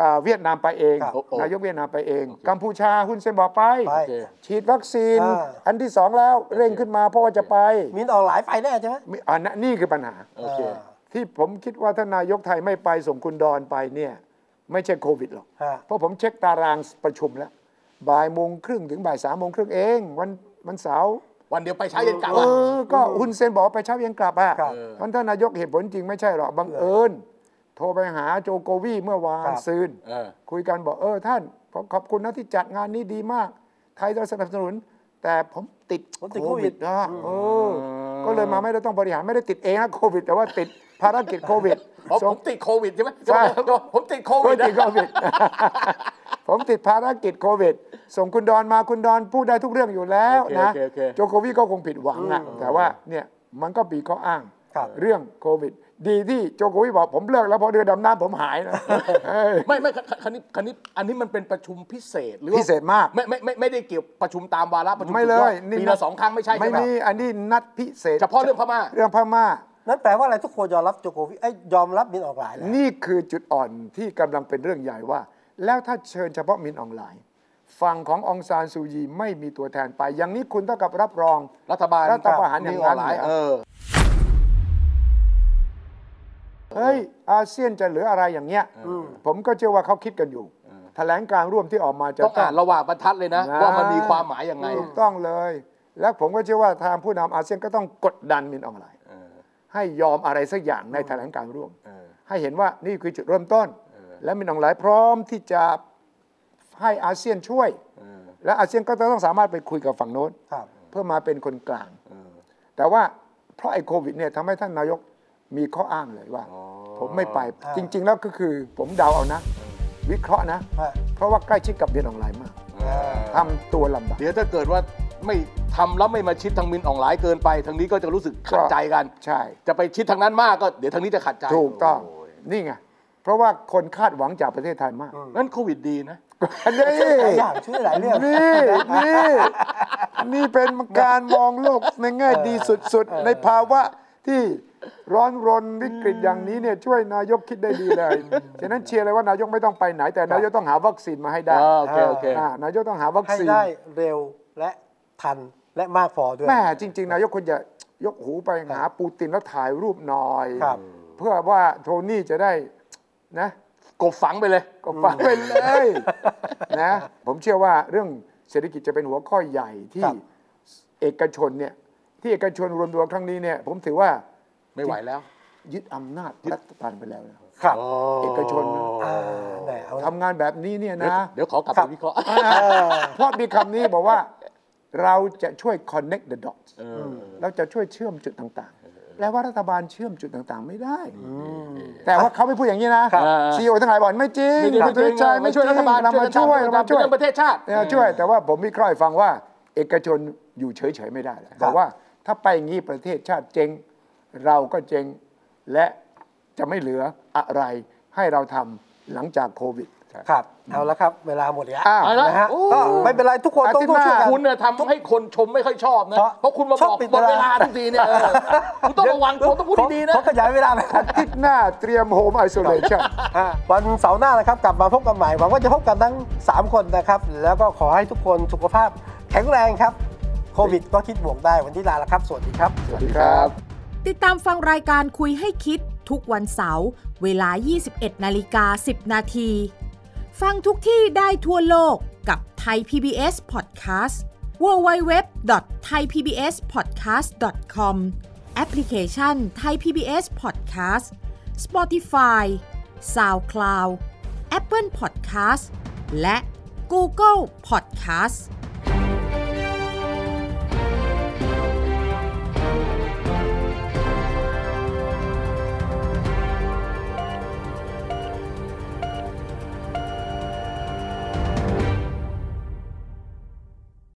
Speaker 2: อ่าเวียดนามไปเอง
Speaker 1: ครับ
Speaker 2: นายกเวียดนามไปเอง กัมพูชาหุ้นเซนบอกไป
Speaker 1: ไป
Speaker 3: โอเค
Speaker 2: ฉีดวัคซีน
Speaker 1: อ่า
Speaker 2: อันที่สองแล้วเร่งขึ้นมาเพราะว่าจะไป
Speaker 1: มินออกหลายไฟแน่ใช่ไหม
Speaker 2: มีอันนั้นนี่คือปัญหา
Speaker 3: โอเค
Speaker 1: า
Speaker 2: ที่ผมคิดว่าถ้านายกไทยไม่ไปส่งคุณดอนไปเนี่ยไม่ใช่โควิดหรอก
Speaker 1: ฮะ
Speaker 2: เพราะผมเช็คตารางประชุมแล้ว บ่ายโมงครึ่งถึงบ่ายสามโมงครึ่งเอง วันวันเสาร์
Speaker 3: วันเดียวไปเช้าเย็นกลับ
Speaker 2: เอ
Speaker 3: อะ
Speaker 2: อก็หุ้นเซนบอกว่าไปเช้าเย็นกลับอ่ะ
Speaker 1: ครับ
Speaker 2: มันถ้านายกเหตุผลจริงไม่ใช่หรอกบังเอิญโทรไปหาโจโกวีเมื่อวานซืน
Speaker 3: เออ
Speaker 2: คุยกันบอกเออท่านผมขอบคุณนะที่จัดงานนี้ดีมาก ไทยเราสนับสนุน แต่ผมติด
Speaker 1: ผมติด
Speaker 2: โค
Speaker 1: โควิ
Speaker 2: วิด
Speaker 1: ด
Speaker 2: นะเออ ก็เลยมาไม่ได้ต้องบริหารไม่ได้ติดเองนะโควิด แต่ว่าติดภารกิจโควิด
Speaker 3: อ๋อผ
Speaker 2: ส่ง
Speaker 3: มติดโควิดใช่ไหม
Speaker 2: ใช่
Speaker 3: ผมติดโค
Speaker 2: ผ
Speaker 3: วิ
Speaker 2: ม
Speaker 3: ดนะ
Speaker 2: ติดโควิด (laughs) ผมติดภารกิจโควิด ส่งคุณดอนมาคุณดอนพูดได้ทุกเรื่องอยู่แล้วนะ
Speaker 3: โอเคโอเคโอเค
Speaker 2: โจโควิดก็คงผิดหวังอะแต่ว่าเนี่ยมันก็ปีก็อ้าง
Speaker 1: ครับ
Speaker 2: เรื่องโควิด ดีที่โจโควิดบอกผมเลิกแล้วเพราะเรือดำน้ำผมหายนะเออ
Speaker 3: ไม่ไม่คันคันนี้คันนี้อันนี้มันเป็นประชุมพิเศษหรือว่า
Speaker 2: พิเศษมาก
Speaker 3: ไม่ไม่ไม่ไม่ได้เกี่ยวประชุมตามวาระประชุม
Speaker 2: ไม่เล
Speaker 3: สุด
Speaker 2: ย
Speaker 3: อด
Speaker 2: นี่
Speaker 3: ปี
Speaker 2: นั
Speaker 3: ละ
Speaker 2: ด
Speaker 3: สองครั้งไม่ใช่
Speaker 2: ไม่
Speaker 3: ใช่ไหม
Speaker 2: มีอันนี้นัดพิเศษ
Speaker 3: เฉพาะเรื่องพม่า
Speaker 2: เรื่องพม่า
Speaker 1: นั่นแปลว่าอะไรทุกคนยอมรับโจโควิไอ้ยยอมรับมินออกหลายแล้ว
Speaker 2: นี่คือจุดอ่อนที่กำลังเป็นเรื่องใหญ่ว่า แล้วถ้าเชิญเฉพาะมินออนไลน์ฝั่งขององซานซูยีไม่มีตัวแทนไป อย่างนี้คุณเท่ากับรับรอง
Speaker 3: รัฐบาล
Speaker 2: รัฐประหารอย่าง
Speaker 3: มีออนไล
Speaker 2: นั้น
Speaker 3: น์เออ
Speaker 2: เฮ้ย อาเซียนจะเหลืออะไรอย่างเงี้ยผมก็เชื่อว่าเขาคิดกันอยู่ แถลงการร่วมที่ออกมาจะ
Speaker 3: ต้องอ่านระหว่างบรรทัดเลยนะ ว่ามันมีความหมายยังไง
Speaker 2: ถูกต้องเลย แล้วผมก็เชื่อว่าทางผู้นำอาเซียนก็ต้องกดดันมินออนไลน์
Speaker 3: เออ
Speaker 2: ให้ยอมอะไรสักอย่างในแถลงการร่วม
Speaker 3: เออ
Speaker 2: ให้เห็นว่านี่คือจุดเริ่มต้น
Speaker 3: เออ
Speaker 2: และมินอองหลายพร้อมที่จะให้อาเซียนช่วย
Speaker 3: เออ
Speaker 2: และอาเซียนก็จะต้องสามารถไปคุยกับฝั่งโน้น
Speaker 1: ครับ
Speaker 2: เพื่อมาเป็นคนกลาง
Speaker 3: เออ
Speaker 2: แต่ว่าเพราะไอ้โควิดเนี่ยทำให้ท่านนายกมีข้ออ้างเลยว่า
Speaker 3: อ๋อ
Speaker 2: ผมไม่ไป
Speaker 1: อ่า
Speaker 2: จริง ๆ แล้วก็คือผมเดาเอานะ วิเคราะห์นะ
Speaker 1: ฮะ
Speaker 2: เพราะว่าใกล้ชิดกับเมียนออนไลน์มาก
Speaker 3: เออ
Speaker 2: ทำตัวลำบาก
Speaker 3: เดี๋ยวถ้าเกิดว่าไม่ทำแล้วไม่มาชิดทางมินออนไลน์เกินไป ทางนี้ก็จะรู้สึกขัดใจกัน
Speaker 2: ใช่
Speaker 3: จะไปชิดทางนั้นมากก็เดี๋ยวทางนี้จะขัดใจ
Speaker 2: ถูกต้อง
Speaker 3: โย
Speaker 2: นี่ไงเพราะว่าคนคาดหวังจากประเทศไทยมาก
Speaker 3: งั้นโควิดดีนะ
Speaker 2: อันนี้
Speaker 1: หลายอย่างช่วยหลายเรื่อง
Speaker 2: นี่นี่นี่เป็นการมองโลกใน
Speaker 1: (laughs)
Speaker 2: แง่ดีสุดๆ ในภาวะที่ร้อนรนวิกฤตอย่างนี้เนี่ยช่วยนายกคิดได้ดี
Speaker 1: (laughs)
Speaker 2: เลยฉะนั้นเชียร์เลยว่านายกไม่ต้องไปไหน แต่นายกต้องหาวัคซีนมาให้ได้
Speaker 3: อ่าโอเคโอเค
Speaker 2: อ่านายกต้องหาวัค
Speaker 1: ให้
Speaker 2: ซีน
Speaker 1: ได้เร็วและทันและมากพอด้วย
Speaker 2: แม่จริง ๆ นายกควรจะยกหูไปหาปูตินแล้วถ่ายรูปหน่อย
Speaker 1: ครับ
Speaker 2: เพื่อว่าโทนี่จะได้นะ
Speaker 3: กบฝังไปเลย
Speaker 2: ก็ฟังไปเลยนะผมเชื่อว่าเรื่องเศรษฐกิจจะเป็นหัวข้อใหญ่ที่
Speaker 1: ครับ
Speaker 2: เอกชนเนี่ยที่เอกชนรวมตัวครั้งนี้เนี่ยผมถือว่า
Speaker 3: ไม่ไหวแล้ว
Speaker 2: ยึดอำนาจรัฐบาลไปแล้วนะครับ เอกชนนะ
Speaker 1: อ่าแหมเอาละ
Speaker 2: ทำงานแบบนี้เนี่ย
Speaker 3: เดี๋ยว
Speaker 2: นะ
Speaker 3: เดี๋ยวขอกลับ
Speaker 1: ครั
Speaker 3: ไป
Speaker 1: บ
Speaker 3: วิเคราะห์
Speaker 2: เพราะมีคำนี้บอกว่าเราจะช่วย connect the dots
Speaker 3: เออ
Speaker 2: เราจะช่วยเชื่อมจุดต่างๆ แปล้วว่ารัฐบาลเชื่อมจุดต่างๆ ไม่ได้ แต่ว่าเขาไม่พูดอย่างนี้นะซีอีโอทั้งหลายบอกไม่จริง
Speaker 3: ไม่ได้
Speaker 2: คุณ
Speaker 3: ไม่
Speaker 2: สุริ
Speaker 3: ใช่
Speaker 2: ชัย
Speaker 3: ไม่ช่วยรัฐบาล
Speaker 2: เรามาช่วยเรามาช่วย
Speaker 3: เรื่องประเทศชาติ
Speaker 2: เนี่ยช่วยแต่ว่าผมวิเคราะห์ให้ฟังว่า เอกชนอยู่เฉย ๆ ไม่ได้แล้วบอกว่าถ้าไปอย่างนี้ประเทศชาติเจ๊งเราก็เจ๊งและจะไม่เหลืออะไรให้เราทำหลังจากโควิด
Speaker 1: ครับ เอาละครับ เวลาหมดแล้ว
Speaker 2: อ้าว
Speaker 3: เอาละ
Speaker 1: นะฮะ
Speaker 3: โอ้
Speaker 1: ก็ไม่เป็นไรทุกคนต้อง
Speaker 2: อา
Speaker 1: ร่วมช่
Speaker 2: ทิตย์
Speaker 1: วย
Speaker 2: ห
Speaker 1: กั
Speaker 2: น้า
Speaker 1: น
Speaker 3: คุณเนี่ยทำให้คนชมไม่ค่อยชอบนะ
Speaker 1: เพราะ
Speaker 3: เพราะคุณมา
Speaker 1: ช
Speaker 3: บ
Speaker 1: อ
Speaker 3: อบก
Speaker 1: ปิด
Speaker 3: หมด
Speaker 1: เว
Speaker 3: เว
Speaker 1: ลา
Speaker 3: ลาทุกทีเนี่ยเออคุณต้องระวังคุณต้องพูดดีๆนะ
Speaker 1: เขาขยายเวลาหนะครั
Speaker 2: อา
Speaker 1: บ
Speaker 2: ทิตย์หน้าเตรียมโฮมไอโซเลชัน
Speaker 1: วันเสาร์หน้านะครับ กลับมาพบกันใหม่ หวังว่าจะพบกันทั้ง 3 คนนะครับ แล้วก็ขอให้ทุกคนสุขภาพแข็งแรงครับ โค วิดก็คิดบวกได้วันที่ลาละครับ สวัสดีครับ
Speaker 2: สวัสดีครับ
Speaker 6: ติดตามฟังรายการคุยให้คิดทุกวันเสาร์เวลา 21 นาฬิกา 10 นาที ฟังทุกที่ได้ทั่วโลกกับไทย PBS Podcast www.thaipbspodcast.com แอปพลิเคชัน Thai PBS Podcast Spotify SoundCloud Apple Podcast และ Google Podcast